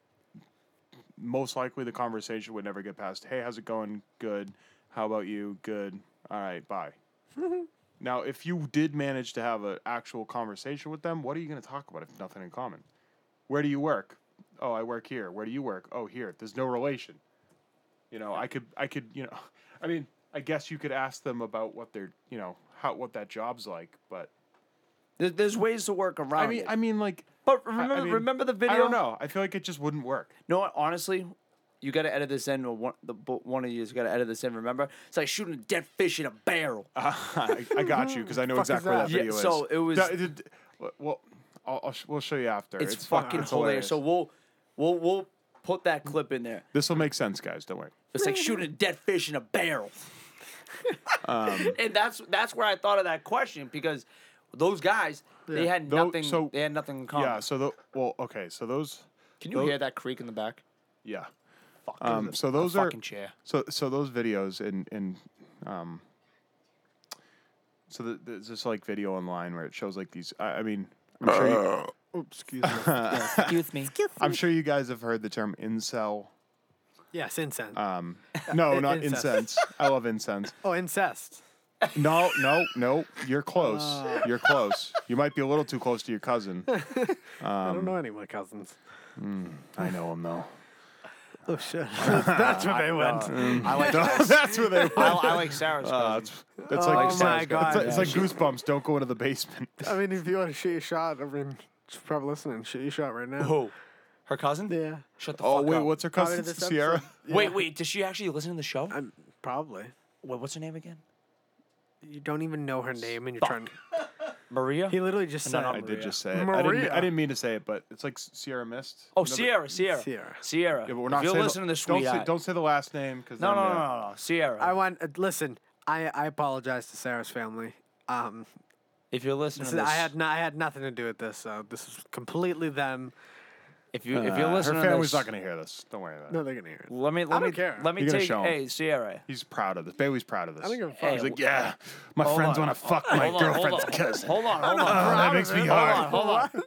S1: most likely the conversation would never get past, hey, how's it going? Good. How about you? Good. All right, <laughs> bye. now, if you did manage to have an actual conversation with them, what are you going to talk about if nothing in common? Where do you work? Oh, I work here. Where do you work? Oh, here. There's no relation. You know, I could, I could, you know, <laughs> I mean, I guess you could ask them about what their, you know, how what that job's like, but
S3: There- There's ways to work around
S1: I mean,
S3: it.
S1: I mean, like,
S3: but
S1: I- I
S3: remember,
S1: mean,
S3: remember the video?
S1: I don't know. I feel like it just wouldn't work. <laughs>
S3: You know what? Honestly, you got to edit this in. or One, the, bo- one of you has got to edit this in. Remember, it's like shooting a dead fish in a barrel.
S1: I, I got you because I know
S4: Fuck is
S1: exactly where that
S4: that? Yeah,
S1: video is.
S3: so it was-
S1: No, did- well, I'll, I'll sh- we'll show you after.
S3: it's, fucking hilarious. So we'll we'll we'll put that clip in there.
S1: this will make sense, guys. Don't worry. <laughs>
S3: It's like shooting a dead fish in a barrel.
S1: Um,
S3: <laughs> and that's that's where I thought of that question because those guys they had
S1: Though-
S3: nothing.
S1: so-
S3: they had nothing in common.
S1: Yeah. So the well, okay. So those.
S3: Can you
S1: tho-
S3: hear that creak in the back?
S1: Yeah.
S3: Fuck.
S1: Um, so those are
S3: fucking chair.
S1: so so those videos and and um. So the, there's this like video online where it shows like these. I, I mean, I'm sure you, <laughs>
S4: Oops, excuse
S3: Excuse Uh,
S4: me.
S3: me.
S1: I'm sure you guys have heard the term incel.
S4: yes, incest.
S1: Um, <laughs> no, not
S4: Incest.
S1: incense. I love incense.
S4: oh, incest.
S1: No, no, no. You're close.
S3: Oh.
S1: You're close. You might be a little too close to your cousin. um,
S4: I don't know any of my
S1: <laughs>
S4: cousins.
S1: I know him though.
S4: Oh shit. <laughs> That's where they went.
S3: I like
S4: <laughs>
S1: that's where they.
S3: I, I like Sarah's.
S1: Uh,
S3: cousin.
S1: it's, it's like
S4: Oh my God.
S1: It's, like goosebumps. Don't go into the basement.
S4: I mean, if you want to shoot your shot, I mean, she's probably listening. Shoot your shot right now.
S3: Who? Her cousin?
S4: Yeah.
S3: Shut
S1: <laughs>
S3: the
S1: Oh
S3: fuck
S1: wait,
S3: up.
S1: what's her
S4: Probably
S1: cousin?
S4: this episode.
S1: Sierra.
S3: Wait, wait. Does she actually listen to the show?
S4: I'm probably.
S3: Wait, what's her name again?
S4: You don't even know her name, and you're trying.
S3: Maria.
S4: He literally just
S3: No,
S4: said,
S3: no,
S1: I did
S3: Maria.
S1: just say it. I didn't,
S4: Maria.
S1: I didn't mean to say it, but it's like Sierra Mist.
S3: oh,
S1: Another-
S3: Sierra, Sierra,
S4: Sierra.
S3: Sierra.
S1: Yeah, but we're not
S3: if you're
S1: saying the-
S3: listening to
S1: don't say,
S3: Sweetheart.
S1: don't say the last name because
S3: no, no, no, no, no, Sierra.
S4: "I want." Uh, listen, I I apologize to Sarah's family. Um,
S3: if you're listening
S4: this
S3: to
S4: is-
S3: this,
S4: I had no, I had nothing to do with this. So this is completely them.
S3: If you if
S1: Uh,
S3: you're listening
S1: her
S3: to
S1: family's
S3: this,
S1: not going to hear this. Don't worry about it.
S4: No, they're gonna hear it.
S3: let me let
S4: don't
S3: me
S4: care.
S3: let me
S1: You're gonna
S3: take
S1: show 'em.
S3: hey Sierra.
S1: He's proud of this. Bailey's proud of this.
S4: I think I'm
S3: Hey,
S4: fine.
S1: He's like, yeah, my friends
S3: on,
S1: want to fuck my
S3: hold on, hold
S1: girlfriend's
S3: on.
S1: cousin.
S3: Hold
S1: <laughs>
S3: on, hold
S1: Oh,
S3: on.
S1: that makes me
S3: Hold on,
S1: hard.
S3: hold on. Hold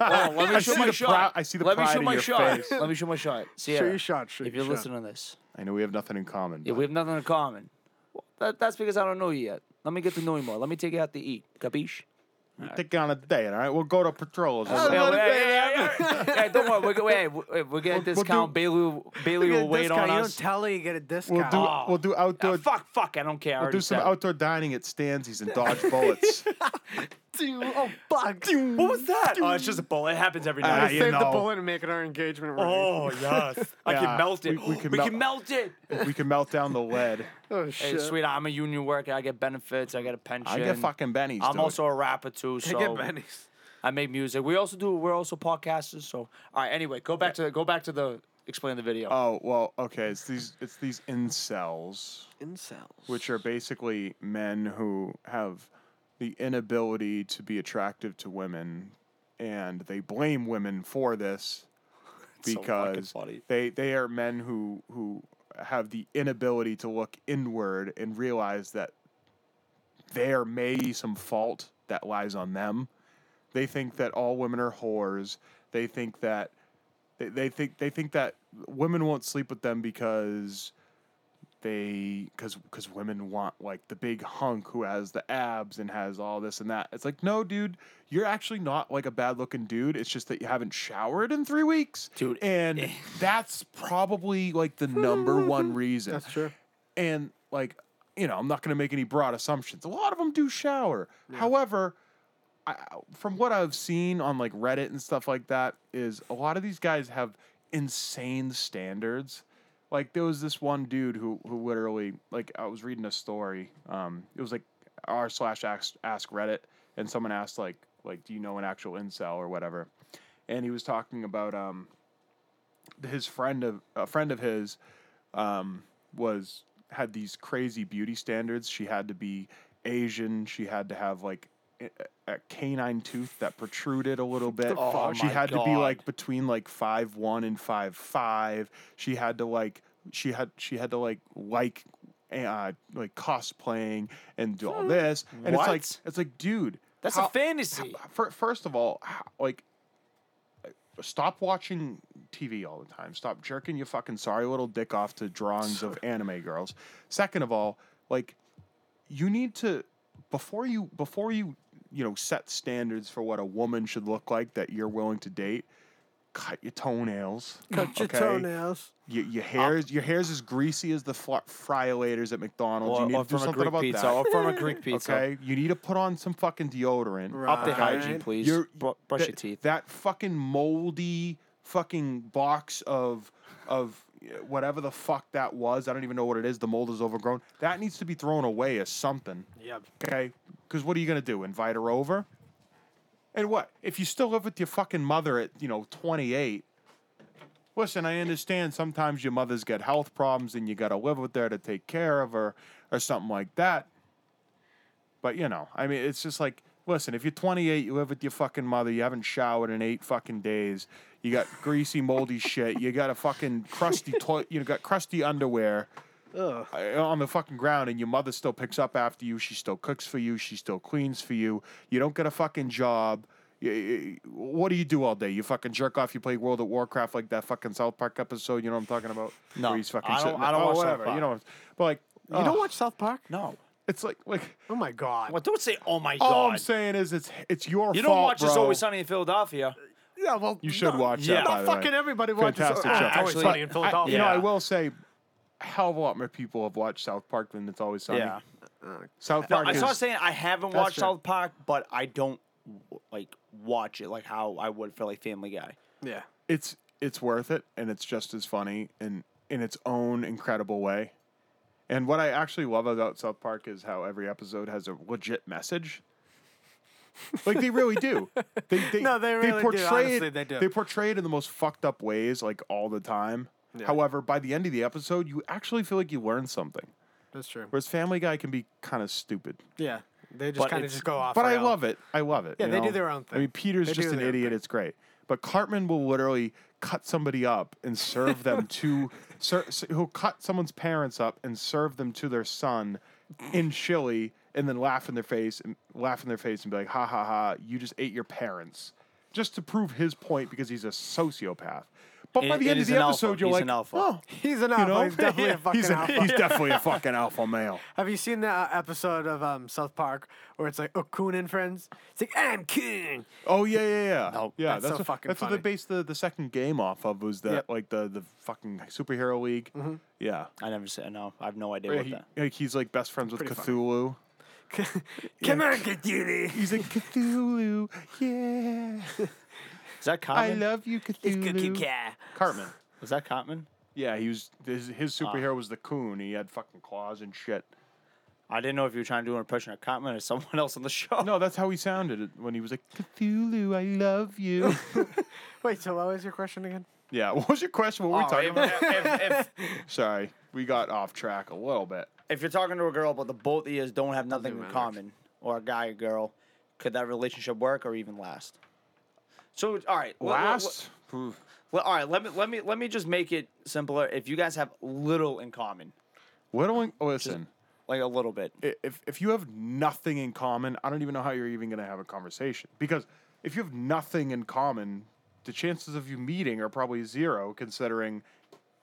S3: on, let
S1: I
S3: me shoot
S1: see
S3: my
S1: the
S3: shot.
S1: prou- I see the
S3: Let me
S1: pride
S3: shoot
S1: in
S3: my
S1: your
S3: shot.
S1: face.
S3: Let me shoot my shot.
S4: Shoot
S3: Sierra,
S4: your shot. Shoot
S3: if
S4: your
S3: you're
S4: shot.
S3: listening to this,
S1: I know we have nothing in common.
S3: yeah,
S1: but
S3: we have nothing in common. Well, That, that's because I don't know you yet. Let me get to know you more. Let me take you out to eat. Capiche?
S1: Take it on a day, all right? We'll go to patrols.
S3: Yeah, yeah, yeah, yeah, yeah. Hey, don't worry. We're, go- hey, we're, we're getting
S1: We'll-
S3: a
S1: we'll do-
S3: discount. Bailey, Bailey
S7: You get a
S3: will wait
S7: discount.
S3: on
S7: You
S3: us.
S7: don't tell her you get a
S1: We'll
S7: discount.
S1: do
S3: Oh.
S1: we'll do
S3: Ah,
S1: outdoor
S3: fuck, fuck. I don't care. I
S1: we'll
S3: already
S1: do some
S3: said it.
S1: outdoor dining at Stanzi's and dodge bullets.
S3: <laughs>
S7: Dude, oh fuck.
S3: What was that? Oh, it's just a bullet. It happens every
S1: Ah,
S4: I
S3: night.
S1: you
S4: saved the
S1: know.
S4: bullet and make it our engagement ring.
S3: Oh yes, <laughs> I
S1: Yeah,
S3: can melt it.
S1: we- we
S3: We,
S1: can
S3: can,
S1: mel-
S3: melt it.
S1: we can melt down the lead.
S4: Oh,
S3: Hey,
S4: shit.
S3: sweet, I'm a union worker. I get benefits. I get a pension.
S1: I get fucking Benny's.
S3: I'm
S1: dude.
S3: also a rapper too,
S4: I
S3: so
S4: <laughs> get Benny's.
S3: I make music. We also do. We're also podcasters. So all right. Anyway, go back to the, go back to the explain the video.
S1: Oh well, okay. It's these it's these incels,
S7: Incels.
S1: which are basically men who have the inability to be attractive to women, and they blame women for
S3: <laughs>
S1: this
S3: so fucking
S1: because
S3: funny.
S1: they they are men who who have the inability to look inward and realize that there may be some fault that lies on them. They think that all women are whores. They think that they, they think they think that women won't sleep with them because they because because women want like the big hunk who has the abs and has all this and that. It's like no, dude, you're actually not like a bad looking dude. It's just that you haven't showered in three weeks,
S3: Dude.
S1: And that's probably like the number one reason.
S4: That's true.
S1: And like, you know, I'm not going to make any broad assumptions. A lot of them do shower. However, I, from what I've seen on like Reddit and stuff like that, is a lot of these guys have insane standards. Like there was this one dude who who literally like I was reading a story. Um, it was like r slash ask ask Reddit, and someone asked like like Do you know an actual incel or whatever? And he was talking about um his friend of a friend of his um, was had these crazy beauty standards. She had to be Asian. She had to have like a, a canine tooth that protruded a little bit.
S3: fuck?
S1: she
S3: Oh my
S1: had to be
S3: God.
S1: like between like five one and five five. She had to like she had she had to like like uh, like cosplaying and do all this. And it's
S3: Hmm. What?
S1: like it's like dude,
S3: That's
S1: how-
S3: a fantasy.
S1: fir- first of all, h- like, stop watching TV all the time. Stop jerking your fucking sorry little dick off to drawings of anime girls. Second of all, like, you need to before you before you you know set standards for what a woman should look like that you're willing to date. Cut your toenails.
S7: Cut your
S1: okay?
S7: toenails.
S1: Your, your hair is your hair's as greasy as the fl- friolators at McDonald's. you need to do
S3: from a
S1: something
S3: Greek
S1: about
S3: pizza.
S1: that.
S3: Or from a
S1: <laughs>
S3: Greek pizza.
S1: Okay, you need to put on some fucking deodorant.
S3: Up the
S4: Right.
S3: hygiene, please.
S1: You're-
S3: Bru- brush
S1: that,
S3: your teeth.
S1: That fucking moldy fucking box of of whatever the fuck that was. I don't even know what it is. The mold is overgrown. That needs to be thrown away as something.
S4: Yep.
S1: Okay, because what are you gonna do? Invite her over? And what if you still live with your fucking mother at you know twenty eight? Listen, I understand sometimes your mother's got health problems and you gotta live with her to take care of her or something like that. But you know, I mean, it's just like, listen, if you're 28, you live with your fucking mother, you haven't showered in eight fucking days, you got greasy,
S3: <laughs>
S1: moldy shit, you got a fucking crusty toilet, you got crusty underwear uh, on the fucking ground, and your mother still picks up after you. She still cooks for you. She still cleans for you. You don't get a fucking job. Y- y- What do you do all day? You fucking jerk off. You play World of Warcraft like that fucking South Park episode. You know what I'm talking about?
S3: No,
S1: Where he's fucking
S3: I don't-
S1: sitting-
S3: I don't
S1: oh,
S3: watch South
S1: whatever. You
S3: Park.
S1: know, what I'm- but like,
S7: You
S1: ugh,
S7: don't watch South Park?
S3: no.
S1: It's like like
S4: Oh my god.
S3: Well, don't say, oh my
S1: all
S3: God.
S1: I'm saying is it's it's your
S3: you
S1: fault,
S3: don't watch
S1: bro.
S3: It's Always Sunny in Philadelphia.
S4: Yeah, well,
S1: You should
S4: no,
S1: watch
S3: yeah.
S1: that. by
S4: Not
S1: the way.
S4: fucking everybody watches.
S1: Fantastic
S4: Ah,
S1: show.
S4: it's always
S3: Actually,
S4: sunny in
S3: I-
S4: Philadelphia.
S1: You know, I
S3: Yeah.
S1: will say, a hell of a lot more people have watched South Park than It's Always Sunny.
S3: Yeah.
S1: South
S3: No,
S1: Park
S3: I
S1: is
S3: saw saying I haven't watched
S4: true.
S3: South Park, but I don't w- like watch it like how I would for like Family Guy.
S4: Yeah.
S1: it's it's worth it, and it's just as funny in in its own incredible way. And what I actually love about South Park is how every episode has a legit message. Like they really
S4: <laughs>
S1: do. They, they
S4: No, they really do.
S1: portray it-
S4: Honestly, they do.
S1: They portray it in the most fucked up ways, like all the time. However, by the end of the episode, you actually feel like you learned something.
S4: That's true.
S1: Whereas Family Guy can be kind of stupid.
S4: Yeah. They just kind of
S3: it's-
S4: just go off.
S1: But
S4: the
S1: I
S4: rail.
S1: love it. I love it.
S4: Yeah,
S1: you
S4: they do
S1: know?
S4: their own
S1: I mean,
S4: thing.
S1: Peter's
S4: They
S1: just
S4: do
S1: an
S4: their own
S1: idiot.
S4: thing.
S1: It's great. But Cartman will literally cut somebody up and serve
S4: <laughs>
S1: them to ser, s- who'll cut someone's parents up and serve them to their son in chili and then laugh in their face and laugh in their face and be like ha ha ha you just ate your parents just to prove his point because he's a sociopath but by
S3: And-
S1: the
S3: and
S1: end of
S3: he's
S1: the
S3: an
S1: episode
S3: alpha.
S1: you're
S3: He's
S1: like
S3: an alpha.
S1: oh
S4: He's an
S1: you
S4: alpha.
S1: know
S4: He's <laughs> definitely a fucking
S1: he's,
S4: alpha.
S1: he's definitely a fucking alpha male
S4: Have you seen that uh, episode of um, South Park where it's like Okun and friends? It's like I'm Kun.
S1: Oh yeah, yeah, yeah.
S4: No,
S1: yeah,
S4: that's so
S1: what,
S4: fucking
S1: That's what
S4: funny.
S1: they based the, the second game off of was that
S4: Yep. Mm-hmm.
S1: like the the fucking superhero league. Yeah,
S3: I never said no. I have no idea
S1: Yeah,
S3: what
S1: he-
S3: that.
S1: like, he's like best friends with
S4: pretty
S1: Cthulhu.
S4: <laughs> Come on, <laughs> Cthulhu.
S1: He's like Cthulhu, yeah.
S3: Is that
S1: I
S3: Cartman?
S1: love you, Cthulhu.
S4: cat.
S1: Cartman.
S3: Was that Cartman?
S1: Yeah, he was his, his
S4: Ah.
S1: superhero was the coon. He had fucking claws and shit.
S3: I didn't know if you were trying to do an impression of Cartman or someone <laughs> else on the show.
S1: No, that's how he sounded when he was like Cthulhu, I love
S4: <laughs>
S1: you.
S4: Wait, so what was your question again?
S1: yeah, what was your question? What were we
S3: Oh,
S1: talking about?
S3: if, if, if,
S1: Sorry, we got off track a little bit.
S3: <laughs> if you're talking to a girl, but the both of you don't have nothing in common, or a guy or girl, could that relationship work or even last? So, all right, wha- wha- wha-
S1: Last. Oof.
S3: Well, all right. Let me let me let me just make it simpler. If you guys have little in common,
S1: What do I oh, listen?
S3: like a little bit,
S1: i- if if you have nothing in common, I don't even know how you're even going to have a conversation because if you have nothing in common, the chances of you meeting are probably zero. Considering,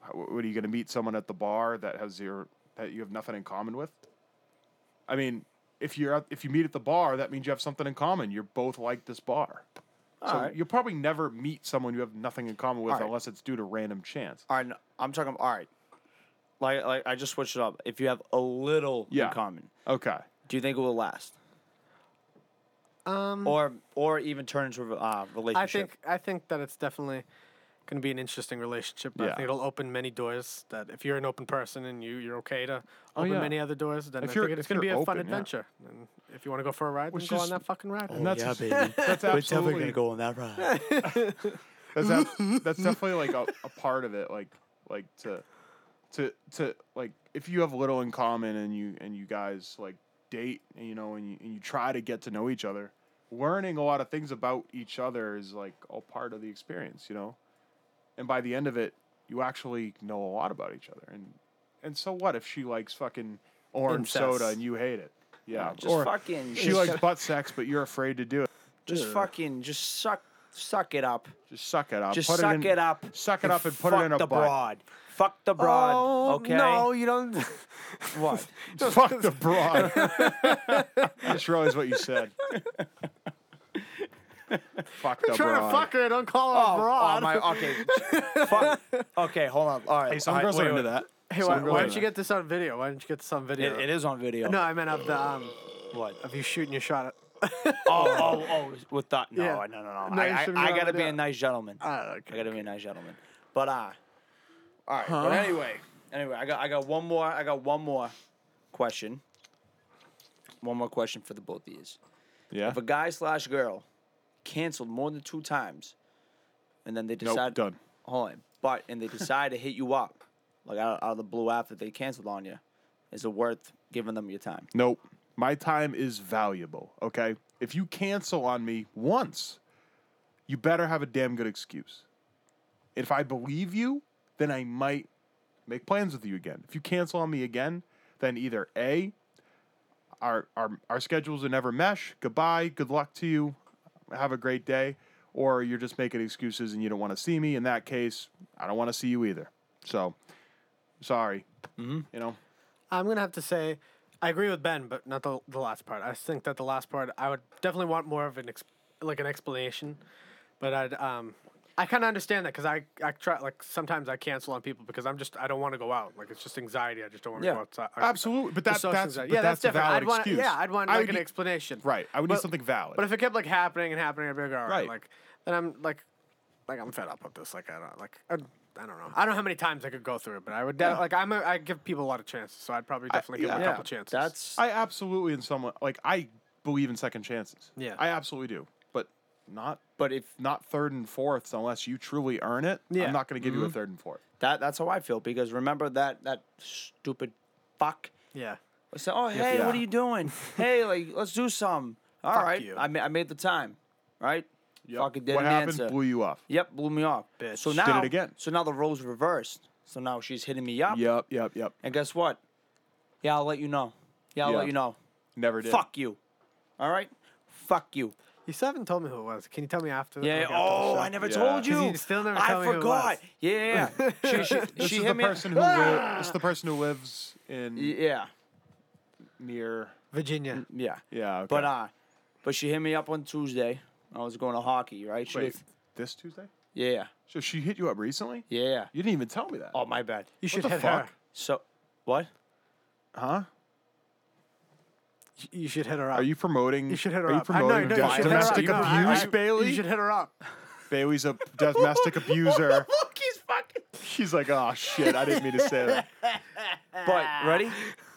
S1: how- what are you going to meet someone at the bar that has zero that you have nothing in common with? I mean, if you're at, if you meet at the bar, that means you have something in common. You're both like this bar. so
S3: Alright.
S1: you'll probably never meet someone you have nothing in common with
S3: Alright.
S1: unless it's due to random chance.
S3: all right, no, I'm talking. All right, like like I just switched it up. If you have a little
S1: Yeah.
S3: in common,
S1: Okay.
S3: do you think it will last,
S4: Um,
S3: or or even turn into a uh,
S4: I
S3: relationship?
S4: think I think that it's definitely going to be an interesting relationship. But I
S1: Yeah.
S4: think it'll open many doors. That if you're an open person and you you're okay to open
S1: yeah.
S4: many other doors, then
S1: If
S4: I
S1: you're-
S4: think it's
S1: if
S4: going to be a
S1: you're
S4: fun
S1: open, yeah.
S4: adventure. And if you want to go for a ride,
S1: Which
S4: then go
S1: is-
S4: on that fucking ride.
S1: And that's
S3: Oh, yeah, baby.
S1: <laughs> that's
S3: We're definitely
S1: absolutely
S3: gonna go on that ride.
S1: <laughs> That's def- that's definitely like a, a part of it. Like like to to to like if you have little in common and you and you guys like date and you know and you, and you try to get to know each other, learning a lot of things about each other is like all part of the experience, you know. And by the end of it, you actually know a lot about each other. And and so what if she likes fucking orange
S4: Incest.
S1: soda and you hate it? Yeah,
S3: Just
S1: or
S3: fucking.
S1: she
S3: just,
S1: likes butt sex, but you're afraid to do it.
S3: just fucking. Just suck. Suck it up.
S1: Just suck it up.
S3: Just
S1: put
S3: suck
S1: it,
S3: it,
S1: in,
S3: up.
S1: Suck it up and put it
S3: fuck
S1: in a
S3: the
S1: butt. <laughs>
S3: broad. Fuck the broad.
S4: Oh,
S3: okay.
S4: No,
S3: <laughs>
S4: you don't.
S3: What?
S1: Fuck the broad. I just realized what you said. fuck the
S4: Trying
S1: broad.
S4: to fuck her. Don't call her
S3: Oh,
S4: a broad.
S3: oh my. Okay.
S4: <laughs>
S3: Fuck. Okay. Hold on. All right.
S1: Hey, some
S3: all right,
S1: girls
S3: wait,
S1: are into
S3: wait.
S1: that.
S4: Hey,
S1: Some
S4: why,
S1: girls
S4: why
S1: are
S4: don't you
S1: into
S4: get this on video? Why don't you get this on video?
S3: It, it is on video.
S4: No, I meant of the um,
S3: What?
S4: of you shooting your shot. At,
S3: Oh, oh, oh. With that? No,
S4: Yeah.
S3: no, no, no.
S4: No,
S3: I,
S4: you
S3: I,
S4: shouldn't
S3: I
S4: have
S3: gotta
S4: it
S3: be a
S4: out.
S3: nice gentleman. I
S4: I don't know,
S3: gotta be a nice gentleman. But uh. All right. But anyway, anyway, I got I got one more. I got one more question. One more question for the both of yous.
S1: Yeah.
S3: If a guy slash girl canceled more than two times, and then they
S1: Nope.
S3: decide
S1: Done.
S3: Hold on. But and they decide to hit you up, like out, out of the blue after they canceled on you, is it worth giving them your time?
S1: Nope. My time is valuable. Okay. If you cancel on me once, you better have a damn good excuse. If I believe you, then I might make plans with you again. If you cancel on me again, then either A, our our our schedules are never mesh. Goodbye. Good luck to you. Have a great day. Or you're just making excuses and you don't want to see me. In that case, I don't want to see you either. So, sorry. You know,
S4: I'm gonna have to say, I agree with Ben, but not the, the last part. I think that the last part, I would definitely want more of an ex- like an explanation, but I'd um, I kind of understand that because I I try like sometimes I cancel on people because I'm just I don't want to go out. Like it's just anxiety. I just don't want to
S3: Yeah.
S4: go outside.
S1: Absolutely, but that-
S4: The social
S1: that's-
S4: anxiety.
S1: but
S4: yeah,
S1: that's a
S4: different.
S1: valid
S4: I'd want
S1: excuse.
S4: yeah, I'd want
S1: I
S4: like
S1: would
S4: an
S1: be-
S4: explanation.
S1: right. I would need
S4: But-
S1: something valid.
S4: But if it kept like happening and happening, I'd be like, all right,
S1: Right.
S4: like then I'm like, like I'm fed up with this. Like I don't like I, I don't know. I don't know how many times I could go through it, but I would de- like I'm a, I give people a lot of chances, so I'd probably definitely give
S1: yeah.
S4: them a couple chances.
S3: That's
S1: I absolutely in someone like I believe in second chances.
S4: Yeah.
S1: I absolutely do. But not
S3: but if
S1: not third and fourths unless you truly earn it.
S4: Yeah. Mm-hmm.
S1: I'm not going to give you a third and fourth.
S3: that that's how I feel because remember that that stupid fuck
S4: yeah.
S3: So, oh, hey, what
S1: <laughs>
S3: are
S1: Yeah.
S3: you doing? hey, like, let's do some. All right,
S4: you.
S3: I, ma- I made the time, right? Fucking didn't
S1: what happened
S3: answer.
S1: blew you off.
S3: Yep, blew me off. So
S1: Bitch. Did
S3: now
S1: it again.
S3: So now the roles reversed. So now she's hitting me up.
S1: Yep, yep, yep.
S3: And guess what? Yeah, I'll let you know. Yeah, I'll
S1: Yeah.
S3: let you know.
S1: Never did.
S3: Fuck you. All right. Fuck you.
S4: You still haven't told me who it was. Can you tell me after?
S3: Yeah.
S4: like, after the
S3: oh,
S4: show?
S3: I never
S1: Yeah.
S3: told
S1: 'Cause
S3: you.
S4: <laughs> you still never
S3: I
S4: tell me who it
S3: forgot.
S4: was.
S3: Yeah.
S1: <laughs>
S3: she she,
S1: This
S3: she
S1: is
S3: hit
S1: the
S3: me.
S1: person who
S4: Ah!
S1: li- it's the person who lives in
S3: <laughs> Yeah.
S1: near.
S4: Virginia.
S3: Yeah.
S1: Yeah, okay.
S3: But uh, but she hit me up on Tuesday. I was going to hockey, right? She
S1: wait,
S3: was-
S1: this Tuesday?
S3: yeah.
S1: So she hit you up recently?
S3: Yeah.
S1: You didn't even tell me that.
S3: Oh, my bad.
S4: You should
S1: the
S4: hit
S1: fuck?
S4: her.
S3: So, what?
S1: Huh?
S4: You- You should hit her up.
S1: Are you promoting?
S4: You should hit her
S1: are you
S4: up. I know,
S1: promoting
S4: no, you should hit her
S1: domestic
S4: up. No, I-
S1: abuse,
S4: I-
S1: Bailey?
S4: You should hit her up.
S1: Bailey's a
S4: <laughs>
S1: domestic
S3: <laughs>
S1: abuser.
S3: Look, he's fucking.
S1: She's like, oh shit, I didn't mean to say
S3: <laughs>
S1: that.
S3: But ready?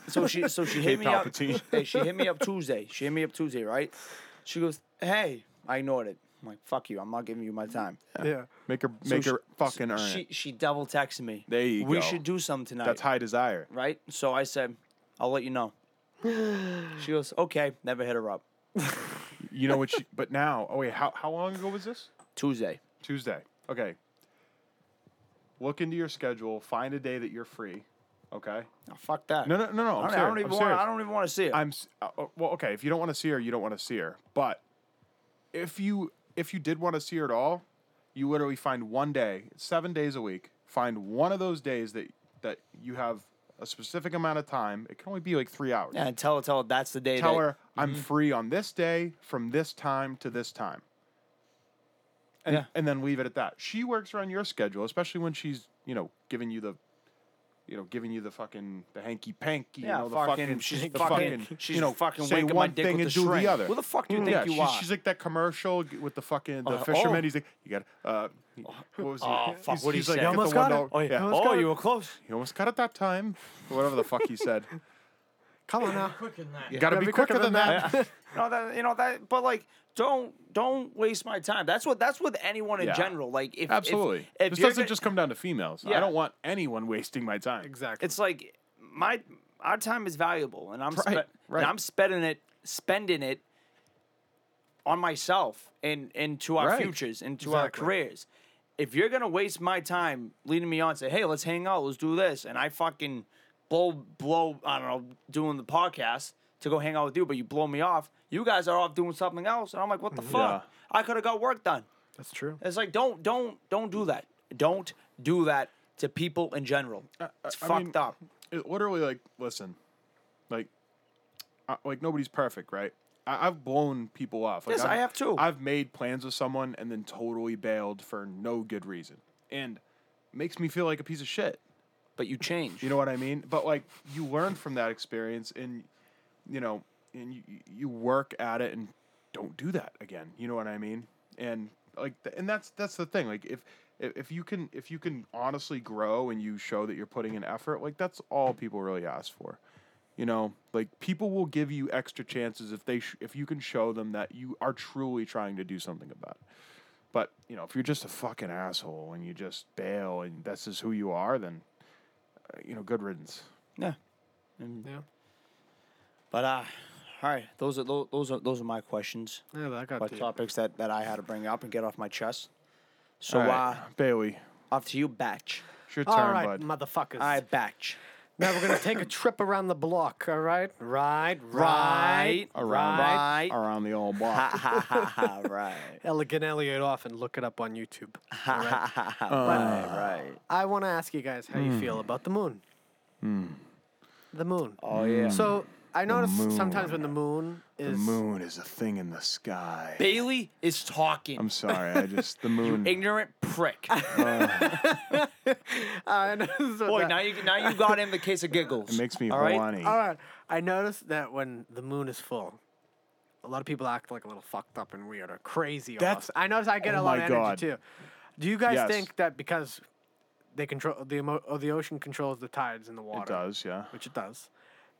S3: So she so she hit
S1: Hey,
S3: me up.
S1: Palpatine.
S3: <laughs> Hey, she hit me up Tuesday. She hit me up Tuesday, right? She goes, "Hey," I ignored it. I'm like, "Fuck you! I'm not giving you my time."
S4: Yeah.
S1: Make her, make
S3: she-
S1: her fucking earn
S3: She
S1: it.
S3: she double texted me.
S1: There you
S3: we
S1: go.
S3: should do something tonight,
S1: That's high desire.
S3: right? So I said, "I'll let you know." she goes, "Okay." Never hit her up.
S1: You know what? She, but now, oh wait, how how long ago was this?
S3: Tuesday.
S1: Tuesday. Okay. Look into your schedule. Find a day that you're free. Okay.
S3: Oh, fuck that.
S1: No, no, no, no. I'm
S3: I don't, I don't
S1: serious,
S3: even
S1: I'm
S3: want.
S1: serious.
S3: I don't even want to see it.
S1: I'm s- uh, uh, well. Okay, if you don't want to see her, you don't want to see her. But if you if you did want to see her at all, you literally find one day, seven days a week, find one of those days that that you have a specific amount of time. It can only be like three hours.
S3: and tell her, tell her that's the day.
S1: Tell
S3: that-
S1: her I'm
S3: Mm-hmm.
S1: free on this day from this time to this time. And,
S3: Yeah.
S1: and then leave it at that. She works around your schedule, especially when she's, you know, giving you the, you know, giving you the fucking the hanky panky,
S3: Yeah,
S1: you know, the
S3: fucking-
S1: fucking,
S3: <laughs> she's
S1: the
S3: fucking-
S1: fucking,
S3: she's
S1: you know,
S3: fucking
S1: say
S3: wanking my
S1: one
S3: dick
S1: thing
S3: with
S1: and
S3: the
S1: do
S3: shrink.
S1: the other. Mm,
S3: Who the fuck do you think
S1: yeah,
S3: you
S1: she's,
S3: are?
S1: She's like that commercial g- with the fucking the
S3: Oh,
S1: fisherman.
S3: oh.
S1: He's like, you got, uh, he- what was he?
S3: Oh, fuck,
S1: He's,
S3: what'd he
S1: he's like,
S3: say?
S1: "Get
S3: You
S1: the
S4: almost got
S1: window."
S4: it? Oh, yeah.
S1: yeah.
S4: Let's
S3: Oh,
S4: go.
S3: you were close.
S1: <laughs>
S4: <laughs>
S1: You almost got it that time, or whatever the fuck he
S3: <laughs>
S1: said.
S4: Come on now.
S1: Got to be quicker, than that.
S3: No, that you know that, but like, don't don't waste my time. That's what that's with anyone in
S1: Yeah.
S3: general. Like, if if-
S1: Absolutely.
S3: if
S1: this
S3: you're
S1: doesn't
S3: go-
S1: just come down to females. I
S3: Yeah.
S1: don't want anyone wasting my time.
S4: Exactly.
S3: it's like my our time is valuable, and I'm spe-
S1: Right, right.
S3: and I'm spending it spending it on myself and and to our
S1: Right.
S3: futures and to our
S4: Exactly.
S3: careers. If you're gonna waste my time leading me on, say, hey, let's hang out, let's do this, and I fucking blow blow, I don't know, doing the podcast to go hang out with you, but you blow me off. You guys are off doing something else, and I'm like, what the fuck? I could have got work done.
S4: That's true.
S3: It's like don't don't don't do that. Don't do that to people in general. It's
S1: I
S3: fucked
S1: mean-
S3: up.
S1: It literally, like, listen, like, I, like nobody's perfect, right? I, I've blown people off. Like,
S3: Yes,
S1: I've-
S3: I have too.
S1: I've made plans with someone and then totally bailed for no good reason, and makes me feel like a piece of shit.
S3: But you change.
S1: You know what I mean? But like you learn from that experience, and you know, and you, you work at it, and don't do that again. You know what I mean? And like, th- and that's that's the thing. Like, if if if you can if you can honestly grow and you show that you're putting in effort, like that's all people really ask for. You know, like people will give you extra chances if they sh- if you can show them that you are truly trying to do something about it. But you know, if you're just a fucking asshole and you just bail and this is who you are, then uh, you know, good riddance.
S3: yeah.
S4: Yeah.
S3: But uh all right, those are tho- those are those are my questions,
S4: Yeah, that got
S3: my
S4: deep.
S3: topics that, that I had to bring up and get off my chest. So
S1: All right,
S3: uh
S1: Bailey,
S3: off to you, batch.
S1: it's your turn,
S4: All right,
S1: bud.
S4: motherfuckers.
S3: I batch.
S4: Now we're
S3: <laughs>
S4: gonna take a trip around the block. All right. Right.
S3: Right.
S4: Right.
S1: Around,
S3: Right.
S1: around the old block.
S3: Ha ha ha <laughs> right.
S4: Elegant Elliot off and look it up on YouTube.
S3: <laughs>
S4: All right.
S3: Right.
S4: I want to ask you guys how you feel about the moon. The moon.
S3: Oh yeah.
S4: So I notice sometimes when the moon is
S1: moon is a thing in the sky.
S3: Bailey is talking.
S1: I'm sorry, I just the
S4: <laughs>
S1: moon.
S3: Ignorant prick.
S4: <laughs> I notice when
S3: <laughs> Boy,
S4: that-
S3: now you now you got in the case of giggles.
S1: it makes me
S3: all right?
S1: horny.
S4: All right. I noticed that when the moon is full, a lot of people act like a little fucked up and weird or crazy.
S1: That's-
S4: almost. I notice I get
S1: Oh
S4: a lot
S1: my
S4: of energy
S1: God.
S4: too. Do you guys
S1: Yes.
S4: think that because they control the emo- or the ocean controls the tides in the water,
S1: It does, yeah.
S4: which it does?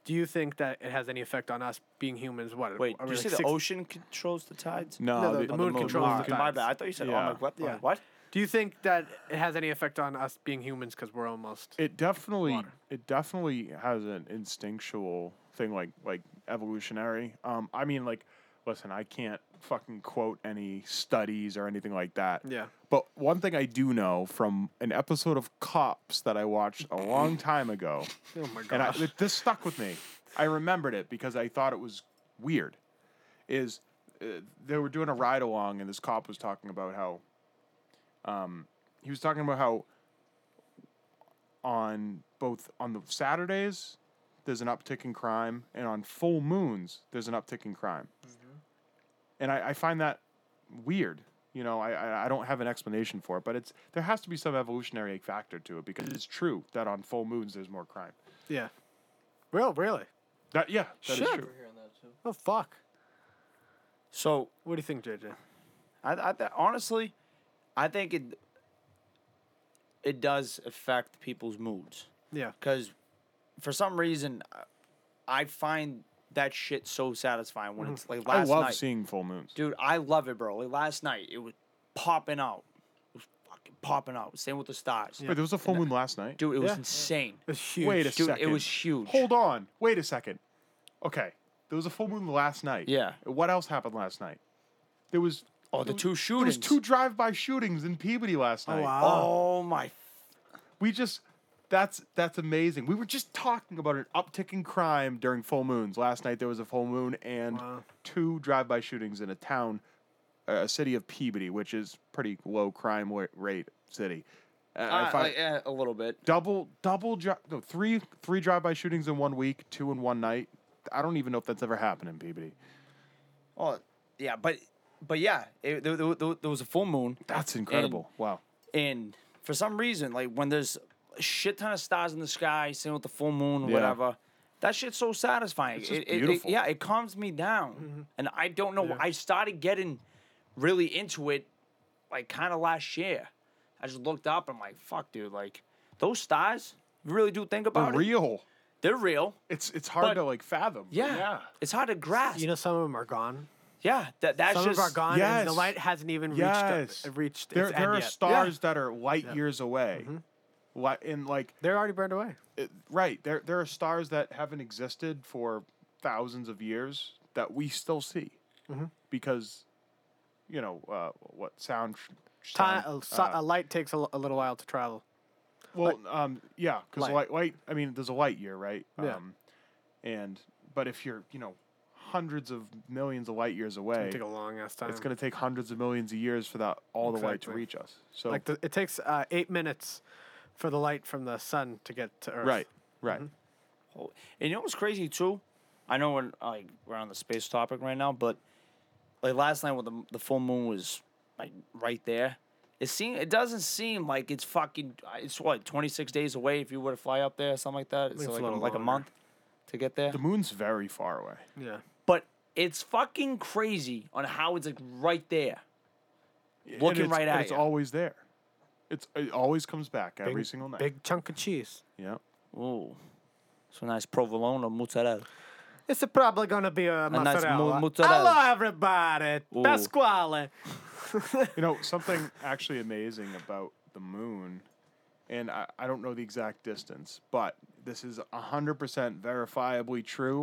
S4: Do you think that it has any effect on us being humans? What?
S3: Wait,
S4: are
S3: did you
S4: we like
S3: say the
S4: six-
S3: ocean controls the tides?
S1: No,
S4: No, the- the moon controls
S1: moon
S4: the
S1: con-
S4: tides.
S3: My bad. I thought you said
S1: Yeah.
S3: oh my what?
S4: Yeah.
S3: What?
S4: Do you think that it has any effect on us being humans because we're almost?
S1: It definitely,
S4: Water.
S1: it definitely has an instinctual thing, like like evolutionary. Um, I mean, like Listen, I can't fucking quote any studies or anything like that.
S4: Yeah.
S1: But one thing I do know from an episode of Cops that I watched a long time ago,
S4: Oh my
S1: and I,
S4: gosh.
S1: it- this stuck with me. I remembered it because I thought it was weird. Is uh, they were doing a ride along, and this cop was talking about how, um, he was talking about how on both on the Saturdays there's an uptick in crime, and on full moons there's an uptick in crime,
S4: Mm-hmm.
S1: and I, I find that weird. You know, I, I I don't have an explanation for it, but it's there has to be some evolutionary factor to it because it's true that on full moons there's more crime.
S4: yeah. Real, really.
S1: That yeah, that is
S4: Shit.
S1: true.
S4: Oh fuck.
S3: So
S4: What do you think, JJ?
S3: I, I th- honestly, I think it it does affect people's moods
S4: Yeah.
S3: because for some reason I- I find that shit so satisfying when it's like
S1: Mm-hmm. I
S3: last
S1: love
S3: night,
S1: seeing full moons.
S3: dude. I love it, bro. Like last night, it was popping out, it was fucking popping out. Same with the stars,
S1: Wait, there was a full moon last night.
S3: dude. It was
S4: Yeah.
S3: insane.
S4: It's huge.
S1: Wait a
S3: Dude,
S1: second.
S3: it was huge.
S1: Hold on. Wait a second. Okay, there was a full moon last night.
S3: Yeah.
S1: What else happened last night? There was
S3: Oh, the
S1: there was-
S3: two shootings.
S1: There was two drive-by shootings in Peabody last night.
S4: wow.
S3: Oh my!
S1: We just that's that's amazing. We were just talking about an uptick in crime during full moons. Last night there was a full moon and two drive-by shootings in a town uh, a city of Peabody, which is pretty low crime wa- rate city. Uh, I
S3: Uh,
S1: find-
S3: like, eh, a little bit.
S1: double double dri- no three three drive-by shootings in one week, two in one night. I don't even know if that's ever happened in Peabody.
S3: Oh yeah, but but yeah, it, there, there, there there was a full moon.
S1: That's incredible. wow.
S3: And for some reason, like when there's a shit ton of stars in the sky, same with the full moon, or
S1: Yeah.
S3: whatever, that shit's so satisfying.
S1: It's just
S3: It- it- it-
S1: beautiful.
S3: yeah, it calms me down. And I don't know, I started getting really into it like kind of last year. I just looked up, I'm like, fuck, dude, like those stars, you really do think about it.
S1: Real.
S3: They're real.
S1: It's it's hard
S3: But-
S1: to like fathom. but
S3: Yeah. It's hard to grasp.
S4: You know, some of them are gone.
S3: yeah, that, that's
S4: Some
S3: just.
S4: of them are gone, and the
S1: Yes.
S4: light hasn't even
S1: Yes.
S4: reached up, reached
S1: There,
S4: its
S1: there
S4: end
S1: are
S4: yet.
S1: stars that are light years away. Li- and like
S4: They're already burned away.
S1: it- right there there are stars that haven't existed for thousands of years that we still see Mm-hmm. because you know uh, what sound,
S4: Time,
S1: sound
S4: a, so-
S1: uh,
S4: a light takes a, l- a little while to travel.
S1: well um yeah because light.
S3: Light.
S1: light i mean there's a light year right
S4: Yeah.
S1: um and but if you're you know hundreds of millions of light years
S4: It
S1: away
S4: take a long ass time.
S1: it's going to take hundreds of millions of years for that all the light to
S4: Exactly.
S1: reach us so
S4: like the, it takes uh, eight minutes for the light from the sun to get to Earth. Mm-hmm.
S1: right right
S3: Oh, And you know what's crazy too? I know we're like we're on the space topic right now, but like last night when the the full moon was like right there, it seem it doesn't seem like it's fucking. uh, It's what twenty six days away if you were to fly up there, something like that. It's
S4: it's a
S3: like, a,
S4: little
S3: like a
S4: longer.
S3: month to get there.
S1: the moon's very far away
S4: Yeah.
S3: But it's fucking crazy on how it's like right there.
S1: And
S3: Looking
S1: it's-
S3: right
S1: and
S3: at
S1: it's
S3: ya.
S1: always there it's it always comes back every
S4: Big-
S1: single night
S4: Big chunk of cheese.
S1: yeah
S3: Ooh, so nice provolone or mozzarella.
S4: It's probably gonna be a,
S3: nice
S4: mozzarella.
S3: mo- mozzarella.
S4: Hello, everybody. Pasquale.
S1: You know, something actually amazing about the moon, and I, I don't know the exact distance, but this is 100% verifiably true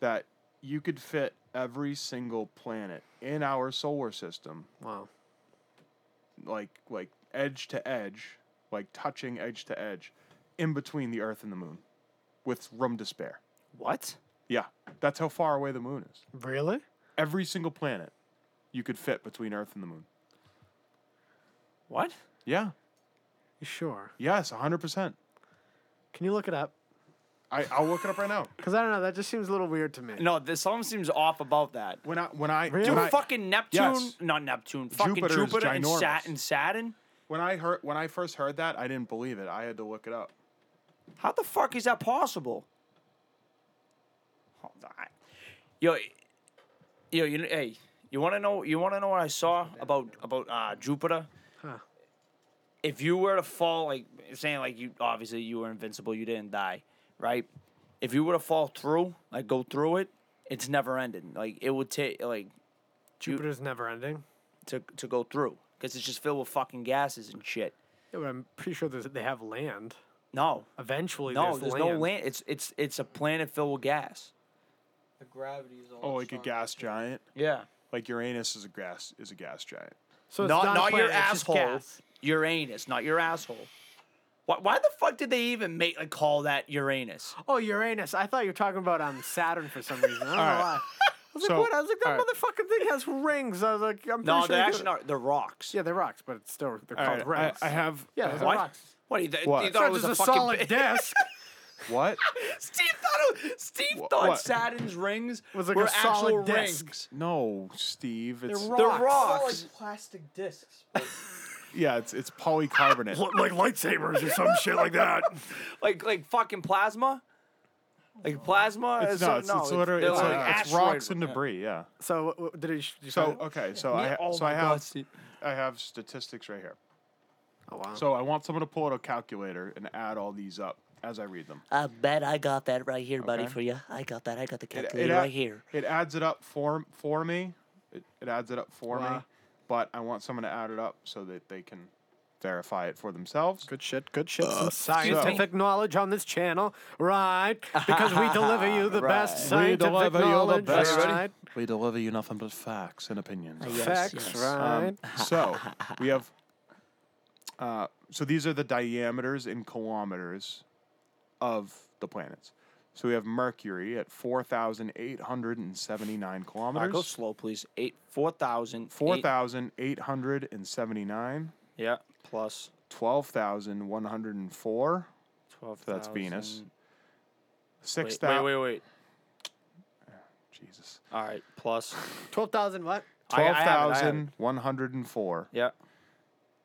S1: that you could fit every single planet in our solar system,
S4: Wow.
S1: like like edge to edge, like touching edge to edge, in between the Earth and the moon, with room to spare.
S3: What?
S1: Yeah, that's how far away the moon is.
S4: Really?
S1: Every single planet you could fit between Earth and the moon.
S3: What?
S1: Yeah,
S4: You sure?
S1: yes, 100%.
S4: Can you look it up?
S1: I, I'll look it up right now.
S4: Because I don't know. That just seems a little weird to me.
S3: No, there's something seems off about that.
S1: When I when I
S4: Really?
S1: when,
S3: Dude,
S1: I,
S3: fucking Neptune,
S1: Yes.
S3: not Neptune, fucking
S1: Jupiter
S3: Jupiter,
S1: is
S3: and
S1: ginormous.
S3: Saturn, Saturn.
S1: when I heard when I first heard that, I didn't believe it. I had to look it up.
S3: How the fuck is that possible? Hold on. Yo, yo, you know, hey, you want to know? You want to know what I saw about about uh, Jupiter? If you were to fall, like saying, like you obviously you were invincible, you didn't die, right? If you were to fall through, like go through it, it's never ending. Like it would take, like
S4: Jupiter's never ending.
S3: to to go through, because it's just filled with fucking gases and shit.
S4: Yeah, but I'm pretty sure there's, they have land.
S3: No,
S4: Eventually,
S3: No, there's,
S4: land.
S3: no land. It's it's it's a planet filled with gas.
S6: The gravity's all.
S1: Oh, like a
S6: shrunk.
S1: gas giant.
S3: Yeah.
S1: Like Uranus is a gas is a gas giant.
S4: So it's
S3: not
S4: not,
S3: not,
S4: a
S3: your
S4: planet, it's just
S3: asshole.
S4: gas.
S3: Uranus, not your asshole. Why, why the fuck did they even make like call that Uranus?
S4: Oh, Uranus. I thought you were talking about um Saturn for some reason. I don't know
S1: Alright.
S4: why. I was
S1: So-
S4: like, what? I was like, that
S1: alright.
S4: motherfucking thing has rings. I was like, I'm pretty
S3: No,
S4: sure.
S3: they're
S4: they do
S3: actually
S4: it.
S3: not. They're rocks.
S4: Yeah, they're rocks, but it's still they're
S1: All
S4: called
S1: right,
S4: rings.
S1: I, I have
S4: yeah,
S1: I
S4: those
S1: have-
S4: are rocks.
S3: What? You, th-
S1: What? It's
S3: you
S4: It's
S3: thought
S4: not
S3: it was
S4: just
S3: a,
S4: a
S3: fucking
S4: solid
S3: bit-
S4: disc.
S1: <laughs> what?
S4: <laughs>
S3: Steve thought it was, Steve
S1: Wha-
S3: thought
S1: what?
S3: Saturn's rings
S4: Was like
S3: were
S4: a solid
S3: actual
S4: disc.
S3: rings.
S1: No, Steve. It's
S4: They're
S3: They're
S4: Rocks.
S3: rocks.
S6: Solid plastic discs. but
S1: yeah, it's it's
S3: <laughs>
S1: polycarbonate.
S4: like lightsabers or some shit like that.
S3: like like fucking plasma. Like plasma.
S1: it's no,
S3: or some-
S1: it's,
S3: no,
S1: it's literally
S3: they're
S1: it's,
S3: like
S1: like, it's
S3: asteroid
S1: rocks and
S3: rings.
S1: debris. Yeah.
S4: So w- did you? Did you
S1: So uh,
S4: find it?
S1: okay,
S3: <laughs>
S1: so I ha-
S3: oh
S1: so I
S3: my
S1: have
S3: God, Steve.
S1: I have statistics right here.
S4: Oh, wow.
S1: So I want someone to pull out a calculator and add all these up as I read them.
S8: I bet I got that right here, buddy,
S1: Okay.
S8: for you. I got that. I got the
S1: it
S8: calculator
S1: a-
S8: right here.
S1: It adds it up for for me. It, it adds it up for me,
S4: Wow.
S1: but I want someone to add it up so that they can verify it for themselves.
S4: Good shit, good
S1: Uh,
S4: shit. Some scientific knowledge on this channel, right?
S1: <laughs>
S4: Because we deliver you the best
S1: We
S4: scientific
S1: deliver you the
S4: knowledge,
S1: best.
S4: right?
S1: We deliver you nothing but facts and opinions.
S8: Yes,
S4: Facts,
S8: yes.
S4: right?
S1: Um, <laughs> so we have. Uh, so these are the diameters in kilometers of the planets. So we have Mercury at four thousand eight hundred and seventy nine
S3: All right, go
S1: kilometers.
S3: slow, please. Eight, four thousand.
S1: Four thousand eight hundred and seventy nine.
S3: Yeah. Plus
S1: Twelve thousand one hundred and four.
S3: twelve.
S1: So that's Venus. Six
S3: Wait, wait,
S1: thousand.
S3: wait, wait.
S1: Jesus.
S3: All right. Plus.
S4: Twelve thousand what?
S3: I- I
S1: Twelve
S3: have it, I have it.
S1: thousand one hundred and four.
S3: Yeah.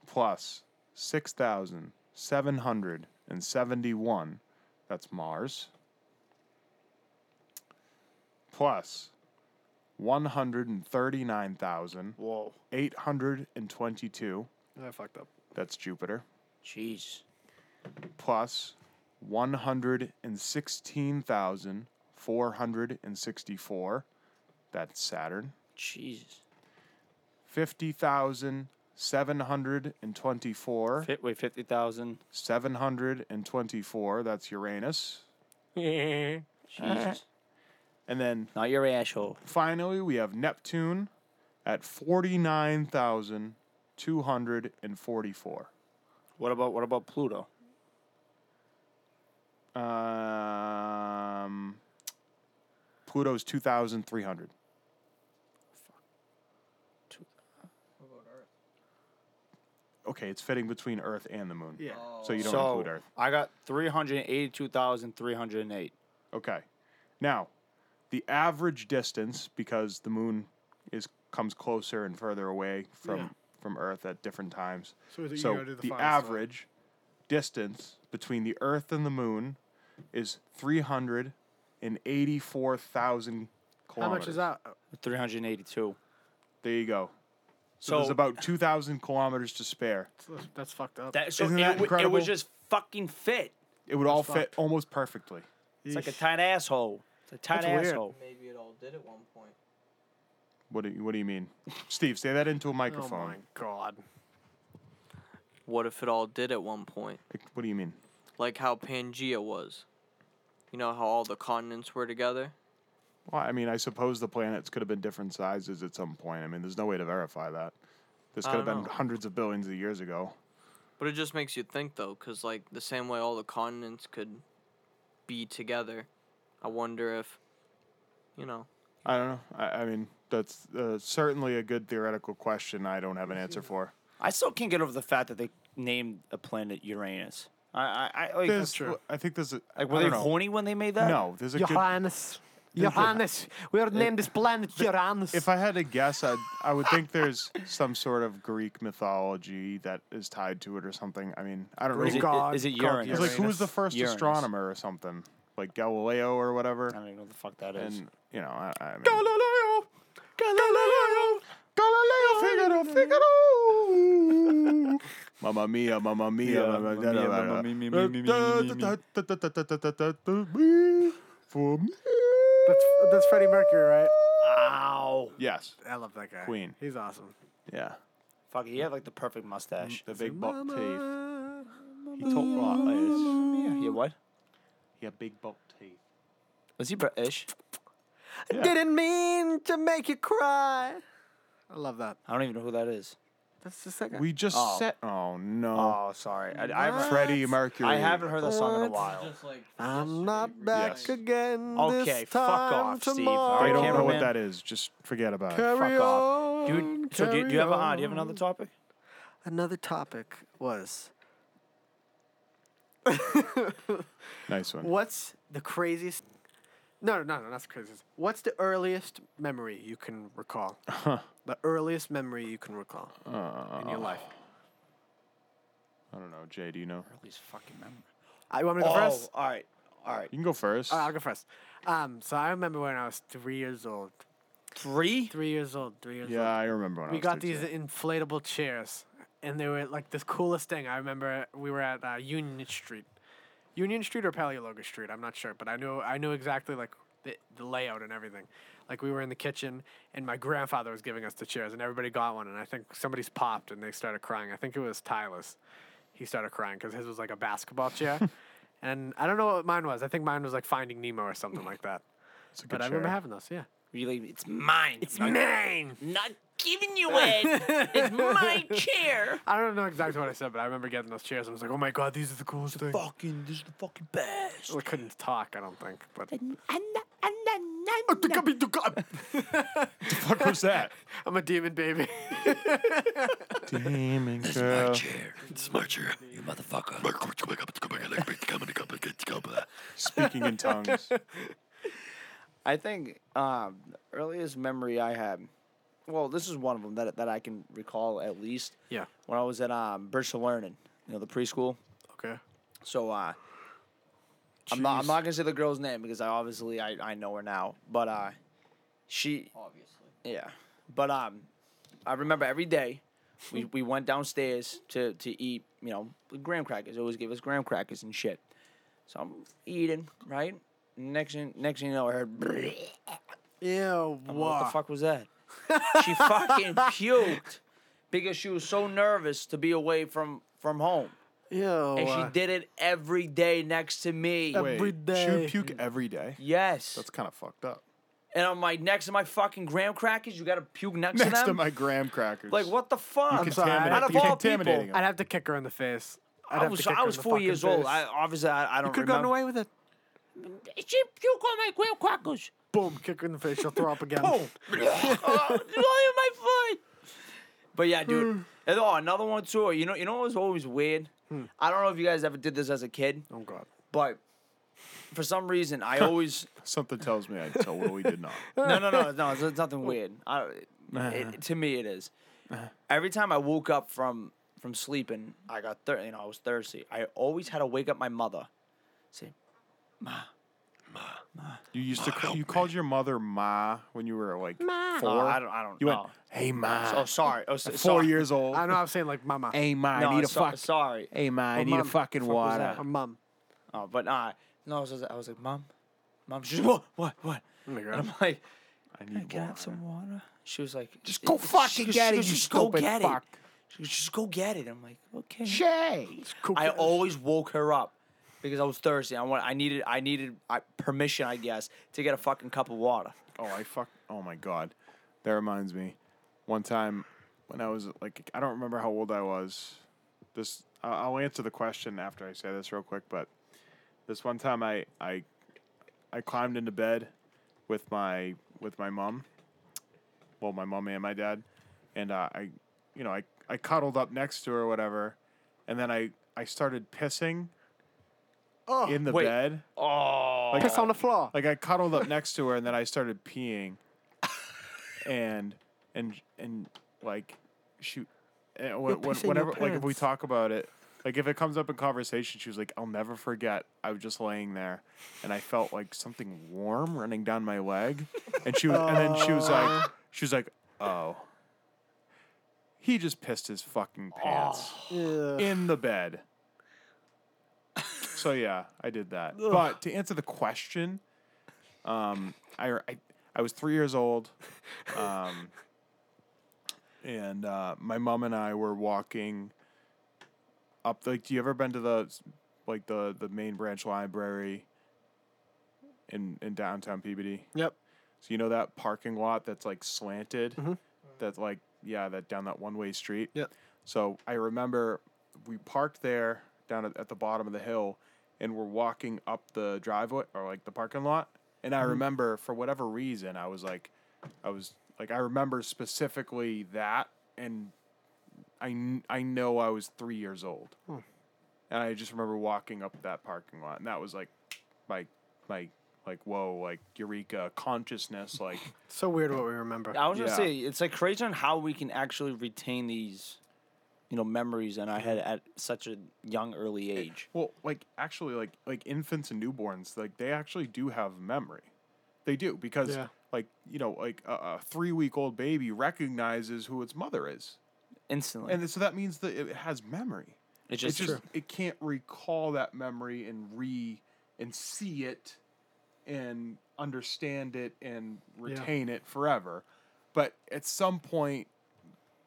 S1: plus 6,771. That's Mars. Plus 139,822.
S3: Whoa.
S4: I fucked
S3: <laughs>
S4: up.
S1: That's Jupiter.
S3: Jeez.
S1: Plus 116,464. That's Saturn.
S3: Jesus.
S1: 50,724.
S3: Fit wait fifty thousand.
S1: 724. That's Uranus.
S3: Jesus.
S1: And then
S3: Not your asshole.
S1: finally, we have Neptune at 49,244.
S3: What about what about Pluto?
S1: Um, Pluto's 2,300. Okay, it's fitting between Earth and the moon.
S4: Yeah.
S1: So you don't
S3: so
S1: include Earth.
S3: I got three hundred eighty-two thousand three hundred eight.
S1: Okay. Now, the average distance, because the moon is comes closer and further away from
S4: Yeah.
S1: from Earth at different times.
S4: So you
S1: So
S4: go to the
S1: the
S4: farthest side.
S1: average distance between the Earth and the moon is three hundred and eighty-four thousand kilometers.
S4: How much is that?
S3: Three hundred eighty-two.
S1: There you go. So,
S3: So,
S1: there's about two thousand kilometers to spare.
S4: That's- That's fucked up.
S3: that, so
S1: Isn't
S3: it,
S1: that
S3: w- it
S1: incredible?
S3: was just fucking fit.
S1: It would all fit
S4: fucked.
S1: almost perfectly.
S3: It's like a
S4: Yeesh.
S3: tight asshole. It's a tight
S4: That's weird.
S3: asshole.
S6: Maybe it all did at one point.
S1: What do you, what do you mean, Steve? Say that into a
S4: <laughs> Oh
S1: microphone.
S4: my god.
S6: What if it all did at one point?
S1: Like, What do you mean?
S6: Like how Pangea was. You know how all the continents were together?
S1: Well, I mean, I suppose the planets could have been different sizes at some point. I mean, there's no way to verify that. This
S6: I
S1: could have
S6: don't
S1: been
S6: know.
S1: hundreds of billions of years ago.
S6: But it just makes you think though, because like the same way all the continents could be together, I wonder if, you know,
S1: I don't know. I, I mean, that's uh, certainly a good theoretical question. I don't have an answer for.
S3: I still can't get over the fact that they named a planet Uranus. I, I, I like,
S1: There's, I think there's a.
S3: like
S1: I
S3: were they
S1: don't know.
S3: horny when they made that?
S1: No, there's a good.
S4: Johannes. Johannes. We are named this planet Uranus.
S1: If I had to guess, I'd, I would think there's some sort of Greek mythology that is tied to it or something. I mean, I don't
S4: Greek
S1: really.
S3: Is it,
S4: God,
S3: is it
S4: God,
S3: Uranus?
S1: It's like who was the first
S3: Uranus.
S1: astronomer or something, like Galileo or whatever.
S3: I don't even know what the fuck that is.
S1: And you know, I, I mean,
S4: Galileo. Galileo.
S1: Galileo, Figaro, Figaro. <laughs> Mamma mia, mamma mia, mamma da- da- da- da- da- da- da- da- da- da- da- da- da- me, for me.
S4: That's, that's Freddie Mercury, right?
S1: Yes.
S4: I love that guy.
S1: Queen.
S4: He's awesome.
S1: Yeah.
S3: Fuck, he had like the perfect mustache.
S1: The big buck teeth.
S3: He told Rock Yeah, yeah, what?
S1: Yeah, big buck teeth.
S3: Was he British?
S1: Yeah.
S7: Didn't mean to make you cry.
S4: I love that.
S3: I don't even know who that is.
S7: That's the second.
S1: We just
S3: Oh.
S1: said. Oh no.
S3: Oh, sorry. I, I, haven't,
S1: Freddie Mercury.
S3: I haven't heard that song in a
S7: What?
S3: while.
S6: Just like
S7: I'm not back
S1: Yes.
S7: again.
S3: Okay,
S7: this
S3: fuck
S7: time
S3: off, Steve.
S7: tomorrow.
S1: They don't
S3: Alright,
S1: know
S3: cameraman.
S1: what that is. Just forget about it.
S7: Carry
S3: Fuck off.
S7: on,
S3: Dude, so do you, do you have a, uh, do you have another topic?
S7: Another topic was
S1: Nice one.
S4: What's the craziest? No, no, no, not the craziest. What's the earliest memory you can recall? The earliest memory you can recall in
S3: Uh.
S4: your life.
S1: I don't know. Jay, do you know?
S3: Please fucking remember.
S4: I you want me to go
S3: Oh,
S4: first.
S3: all right, all right.
S1: You can go first.
S4: All right, I'll go first. Um, so I remember when I was three years old.
S3: Three.
S4: Three years old. Three years
S1: yeah,
S4: old.
S1: I remember when I
S4: we
S1: was
S4: got
S1: there,
S4: these
S1: Jay.
S4: inflatable chairs, and they were like the coolest thing. I remember we were at uh, Union Street, Union Street or Paleologa Street. I'm not sure, but I knew I knew exactly like the, the layout and everything. Like we were in the kitchen, and my grandfather was giving us the chairs, and everybody got one, and I think somebody's popped, and they started crying. I think it was Tyler's. He started crying because his was like a
S1: <laughs>
S4: basketball chair, and I don't know what mine was. I think mine was like Finding Nemo or something like that.
S1: It's a good
S4: But I remember
S1: chair.
S4: having those. Yeah,
S3: Really, it's mine. It's
S4: mine.
S8: Not giving you it.
S4: <laughs>
S8: it's my chair.
S4: I don't know exactly what I said, but I remember getting those chairs. I was like, "Oh my god, these are the coolest things."
S3: fucking. This is the fucking best.
S4: I couldn't talk. I don't think, but Oh,
S1: What was that?
S4: I'm a demon baby. <laughs>
S1: Damn girl. Speaking in
S3: <laughs>
S1: tongues.
S3: I think um, the earliest memory I had. Well, this is one of them that that I can recall at least.
S4: yeah.
S3: When I was at um, Bristol Learning, you know, the preschool.
S4: Okay.
S3: So uh, I'm not I'm not gonna say the girl's name because I obviously I, I know her now. But uh, she
S6: obviously.
S3: yeah. But um, I remember every day we, we went downstairs to to eat. You know, graham crackers. They always gave us graham crackers and shit. So I'm eating right. Next thing next thing you know, I heard.
S4: Ew.
S3: What the fuck was that? she fucking puked because she was so nervous to be away from from home,
S4: Ew.
S3: and she did it every day next to me.
S1: Wait,
S4: Every
S1: She
S4: day.
S1: would puke every day.
S3: Yes,
S1: That's kind of fucked up.
S3: and I'm like next to my fucking graham crackers, you gotta puke <laughs> next,
S1: Next
S3: to
S1: to
S3: them.
S1: my graham crackers.
S3: like what the fuck?
S4: I'm sorry, I-
S1: Contaminate-
S3: out of
S1: you're
S3: all
S1: contaminating
S3: people,
S1: them.
S4: I'd have to kick her in the face. I'd
S3: I
S4: have
S3: was
S4: to kick
S3: I
S4: her in
S3: was
S4: the
S3: four years
S4: fucking
S3: old.
S4: face.
S3: I obviously I, I don't
S4: Could have
S3: remember.
S4: gotten away with it.
S8: She puke on my graham crackers.
S4: Boom! Kick her in the face. She'll throw up again. <laughs>
S3: oh, it's all in my foot. But yeah,
S4: Hmm.
S3: dude. and, oh, another one too. You know, you know what was always weird.
S4: Hmm.
S3: I don't know if you guys ever did this as a kid.
S4: Oh god.
S3: but for some reason
S4: <laughs>
S3: I always
S1: Something tells me I totally did not.
S3: no no no no it's, it's nothing
S4: <laughs>
S3: weird. I,
S4: Uh-huh.
S3: it, to me it is. Every time I woke up from from sleeping, I got thir- you know I was thirsty. I always had to wake up my mother. Say,
S1: <laughs> You used to call, you called your mother Ma when you were like four.
S3: oh, I don't I don't
S1: You
S3: know.
S1: went, hey Ma.
S3: oh sorry oh so,
S1: At four
S3: sorry.
S1: years old.
S4: I know. I was saying like, "Mama."
S1: Hey Ma,
S3: No, so- sorry.
S1: Hey Ma, I
S4: Mom, fuck was that? Her mom.
S3: Oh, but nah. No, I was, I was like, mom, mom. She's what what what?
S4: Oh my
S3: And
S4: god.
S3: I'm like,
S1: I need
S3: can I have
S1: water.
S3: some water? She was like, just
S1: go fucking get it, you stupid fuck.
S3: She goes, just go get it. I'm like, okay.
S1: Jay.
S3: I always woke her up because I was thirsty. I want. I needed. I needed I, permission, I guess, to get a fucking cup of water.
S1: Oh, I fuck. Oh my god, that reminds me. One time when I was like, I don't remember how old I was. This I- I'll answer the question after I say this real quick. But this one time, I I I climbed into bed with my with my mom. Well, my mom and my dad, and uh, I, you know, I I cuddled up next to her or whatever, and then I I started pissing. in the
S3: wait.
S1: bed,
S3: Oh,
S1: like
S4: Piss on the floor.
S1: like I cuddled up next to her and then I started peeing. And and and like she eh, and wh- wh-
S7: pissing your
S1: whenever like if we
S7: pants.
S1: talk about it, like if it comes up in conversation, she was like, I'll never forget I was just laying there and I felt like something warm running down my leg. And she was and then she was like she was like, Oh. He just pissed his fucking pants in the bed. So yeah, I did that. But to answer the question, um, I, I I was three years old, um, and uh, my mom and I were walking up. Like, do you ever been to the like the the main branch library in in downtown Peabody?
S4: Yep. Mm-hmm.
S1: So you know that parking lot that's like slanted, that's like yeah, that down that one way street.
S4: Yeah.
S1: So I remember we parked there down at, at the bottom of the hill, and we're walking up the driveway or like the parking lot. And I remember for whatever reason I was like, I was like I remember specifically that, and I kn- I know I was three years old, and I just remember walking up that parking lot, and that was like my my like whoa like eureka consciousness like
S4: So weird what we remember.
S3: I was gonna
S1: Yeah.
S3: say it's like crazy on how we can actually retain these, you know, memories in our head at such a young early age.
S1: Well, like actually, like like infants and newborns, like they actually do have memory. They do because
S4: Yeah.
S1: like you know, like a, a three week old baby recognizes who its mother is,
S3: Instantly,
S1: and so that means that it has memory.
S3: it's
S1: It's
S3: just,
S1: just it can't recall that memory and re and see it and understand it and retain it forever. But at some point,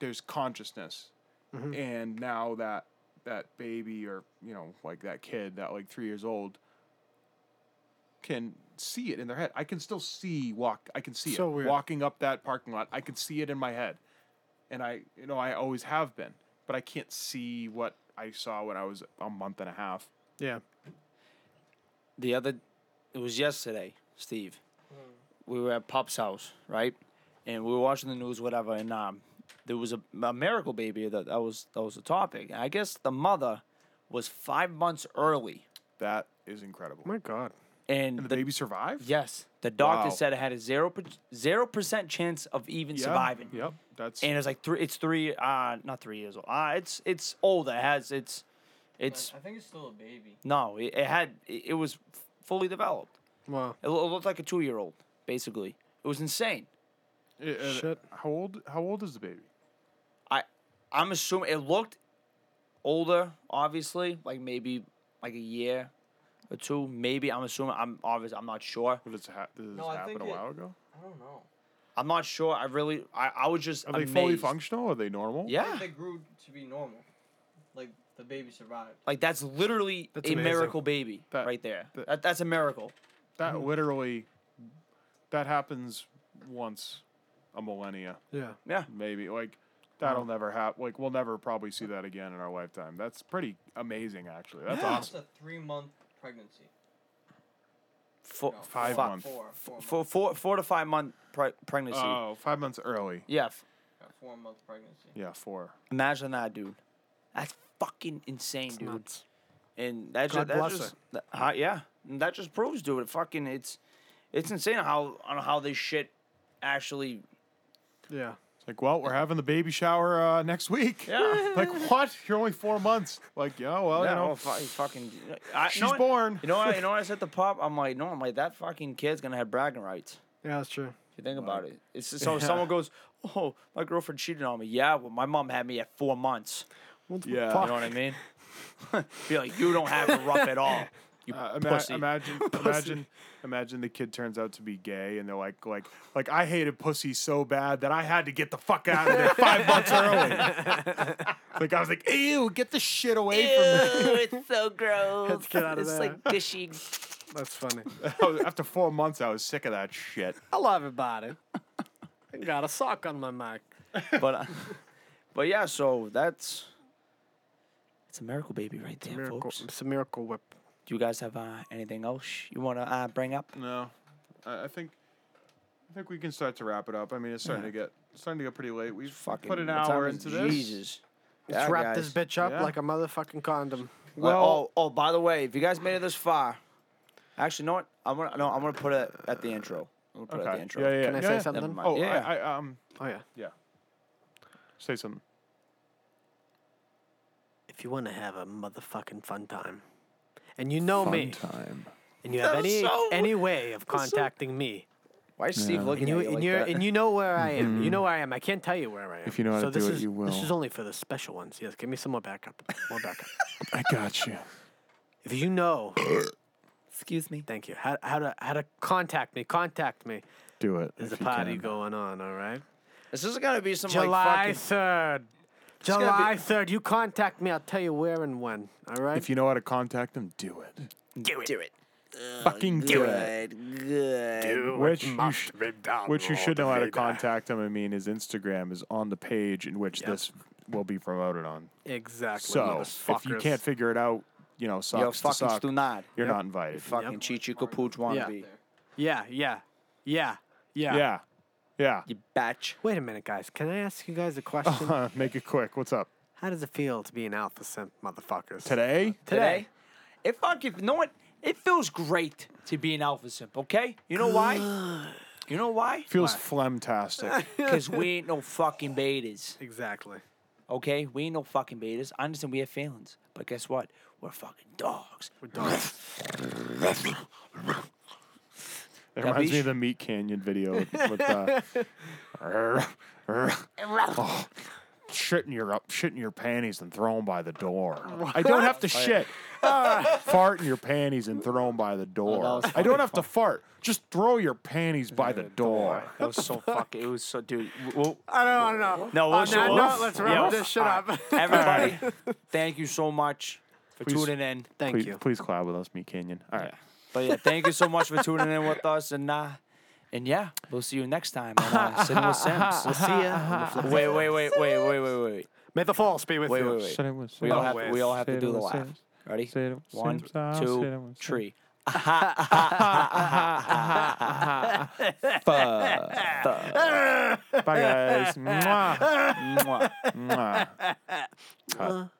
S1: there's consciousness,
S4: Mm-hmm.
S1: and now that that baby or you know like that kid that like three years old can see it in their head. I can still see walk. I can see
S4: So
S1: it
S4: weird.
S1: walking up that parking lot. I can see it in my head, and I you know I always have been, but I can't see what I saw when I was a month and a half.
S4: yeah. Oh
S3: the other it was yesterday steve we were at pop's house right and we were watching the news whatever and um, there was a, a miracle baby that, that was that was the topic and i guess the mother was five months early
S1: That is incredible.
S4: My God.
S1: And
S3: and,
S1: the,
S3: the,
S1: baby survived.
S3: yes the doctor
S1: Wow.
S3: said it had a zero zero percent chance of even
S1: Yeah,
S3: surviving
S1: Yep, that's
S3: and it's like three it's three uh not three years old uh it's it's older it has it's it's
S6: I think it's still a baby.
S3: no it, it had it, it was f- fully developed
S4: Wow.
S3: It lo- it looked like a two year old, basically. It was insane.
S1: Uh, uh,
S4: shit.
S1: How old? How old is the baby?
S3: I I'm assuming it looked older, obviously, like maybe like a year or two, maybe. I'm assuming I'm obviously I'm not sure.
S1: What does it ha- did this
S6: I
S1: happen
S6: think
S1: a
S6: it-
S1: while ago?
S6: I don't know.
S3: I'm not sure. I really I, I was just
S1: Are
S3: amazed.
S1: they fully functional? Are they normal?
S6: I think
S3: Yeah.
S6: they grew to be normal. Like the baby survived.
S3: Like that's literally
S4: That's
S3: a
S4: amazing.
S3: miracle baby
S1: That-
S3: right there.
S1: that-
S3: That, that's a miracle.
S1: That
S3: Mm-hmm.
S1: literally, that happens once a millennia,
S4: Yeah.
S3: Yeah.
S1: maybe. Like that'll never happen. Like we'll never probably see that again in our lifetime. That's pretty amazing, actually. That's
S6: That's
S1: awesome.
S6: a three month pregnancy.
S3: Four,
S6: No,
S1: Five
S3: fi-
S1: months.
S6: Four. Four.
S3: Four, four, four to five month pre- pregnancy.
S1: Oh, five months early.
S3: yeah. f-
S6: month, four month pregnancy.
S1: Yeah, four.
S3: Imagine that, dude. That's fucking insane, dude.
S4: Nuts.
S3: and that
S4: God
S3: just, that
S4: bless
S3: just
S4: her.
S3: that- huh, yeah, and that just proves, dude. It fucking it's it's insane how on how this shit actually.
S4: Yeah.
S1: It's like, well, we're having the baby shower uh, next week.
S3: Yeah.
S1: <laughs> like what? You're only four months. Like yeah, well,
S3: Yeah,
S1: you know,
S3: oh, fu- fucking. I,
S1: she's
S3: you know what-
S1: born.
S3: You know what? You know what I said to Pop? I'm like, no, I'm like that fucking kid's gonna have bragging rights.
S4: Yeah, that's true.
S3: If you think about it, it's just, so if someone goes, oh, my girlfriend cheated on me. Yeah, well, my mom had me at four months.
S1: yeah.
S3: Uh, You know what I mean? Be like, you don't have it rough at all.
S1: <laughs>
S3: You
S1: Uh, ima-
S3: pussy.
S1: <laughs> Imagine, imagine, imagine the kid turns out to be gay, and they're like, like, like I hated pussy so bad that I had to get the fuck out of there five months early. <laughs> like I was like, ew, get the shit away from me.
S8: it's so gross.
S4: <laughs> Let's get out of
S8: it's
S4: there.
S8: like dishy.
S4: That's
S3: <laughs>
S4: funny.
S1: I was- After four months, I was sick of that shit.
S4: I love everybody. <laughs> I got a sock on my mic.
S3: but uh, <laughs> but yeah, so that's it's a miracle baby right there,
S4: Miracle,
S3: folks.
S4: it's a miracle whip.
S3: Do you guys have uh, anything else you want to uh, bring up?
S1: No, I, I think, I think we can start to wrap it up. I mean, it's starting to get, it's starting to get pretty late. We've
S3: Fucking
S1: put an
S3: what time
S1: hour
S3: is-
S1: into this.
S3: Jesus.
S4: Let's
S3: Yeah,
S4: wrap this
S3: guys.
S4: bitch up
S1: Yeah.
S4: like a motherfucking condom.
S3: Uh, oh, oh, by the way, if you guys made it this far, actually, you know what? I'm gonna no, I'm gonna put it at the intro. I'm gonna put it at
S1: Okay.
S3: the intro.
S1: Yeah, yeah.
S4: Can I say something?
S3: mind.
S1: Oh,
S3: Yeah.
S1: I, I, um,
S4: Oh yeah.
S1: yeah. Say something.
S7: If you want to have a motherfucking fun time, and you know me,
S1: time.
S7: and you have
S3: That was
S7: any
S3: so-
S7: any way of contacting me,
S3: Why is Steve looking
S7: and you
S3: at you
S7: and
S3: like
S7: you are
S3: that?
S7: and you know where I am, you know where I am. I can't tell you where I am.
S1: Mm-hmm. If you know how
S7: so
S1: to do
S7: this
S1: it,
S7: is-
S1: you
S7: This is
S1: will.
S7: only for the special ones. Yes, give me some more backup. More
S1: <laughs>
S7: backup.
S1: I got you.
S7: if you
S1: <coughs>
S7: know,
S3: Excuse me.
S7: thank you. How how to how to contact me? Contact me.
S1: Do it.
S7: There's a
S1: if you
S7: party
S1: can.
S7: going on. All right.
S3: This is gonna be some
S4: July
S3: like fucking.
S4: third.
S3: gotta be-
S7: July third. You contact me. I'll tell you where and when. All right.
S1: If you know how to contact them, do it.
S3: Uh, Do it. Do it.
S1: Fucking do it.
S3: Good.
S1: Which you, sh- which you should know how to contact him. I mean, his Instagram is on the page in which this will be promoted on.
S4: Exactly.
S1: So if you
S4: motherfuckers.
S1: can't figure it out, you know, socks
S3: Yo,
S1: to
S3: fucking
S1: sock,
S3: do not.
S1: you're not invited.
S3: Fucking Chichi Capuch wannabe.
S4: Yeah, yeah, yeah, yeah.
S1: Yeah, yeah. <laughs>
S3: You batch.
S7: Wait a minute, guys. Can I ask you guys a question?
S1: Make it quick. What's up
S7: How does it feel to be an alpha simp, motherfuckers?
S1: today?
S3: Today. It fucking, you know what? It feels great to be an alpha simp, okay? You know why? You know <laughs> why?
S1: Feels
S3: <laughs>
S1: flemtastic.
S3: Because we ain't no fucking betas,
S7: Exactly.
S3: okay? We ain't no fucking betas. I understand we have feelings, but guess what? We're fucking dogs. We're
S1: <laughs> That reminds me
S3: beach?
S1: of the Meat Canyon video with, with uh, <laughs> Oh, shitting your up, shitting your panties and thrown by the door. I don't have to shit. Ah, fart in your panties and thrown by the door.
S3: was
S1: I don't have to fart. Just throw your panties by the door.
S3: That was <laughs> so fucking, it was so, dude. Well,
S4: I don't know.
S3: No, we'll
S4: On that
S3: show-
S4: note, let's wrap
S3: Yeah.
S4: this shit up. <laughs>
S3: <laughs> everybody, thank you so much for
S1: Please.
S3: tuning in.
S7: Thank
S1: Please,
S7: you.
S1: please clap with us, Meat Canyon. All right.
S3: But yeah, thank you so much for tuning in with us. And uh, and yeah, we'll see you next time on uh, Sitting with Sims.
S7: We'll see ya.
S3: Wait, wait, wait, wait, wait, wait, wait,
S4: May the force be with
S3: wait,
S4: you.
S3: wait, wait. We all have to, we all have to do the laugh. Ready? One, two, three. <laughs>
S1: Bye, guys. Mwah.
S3: Mwah.
S7: Uh-huh.
S1: Mwah. Cut.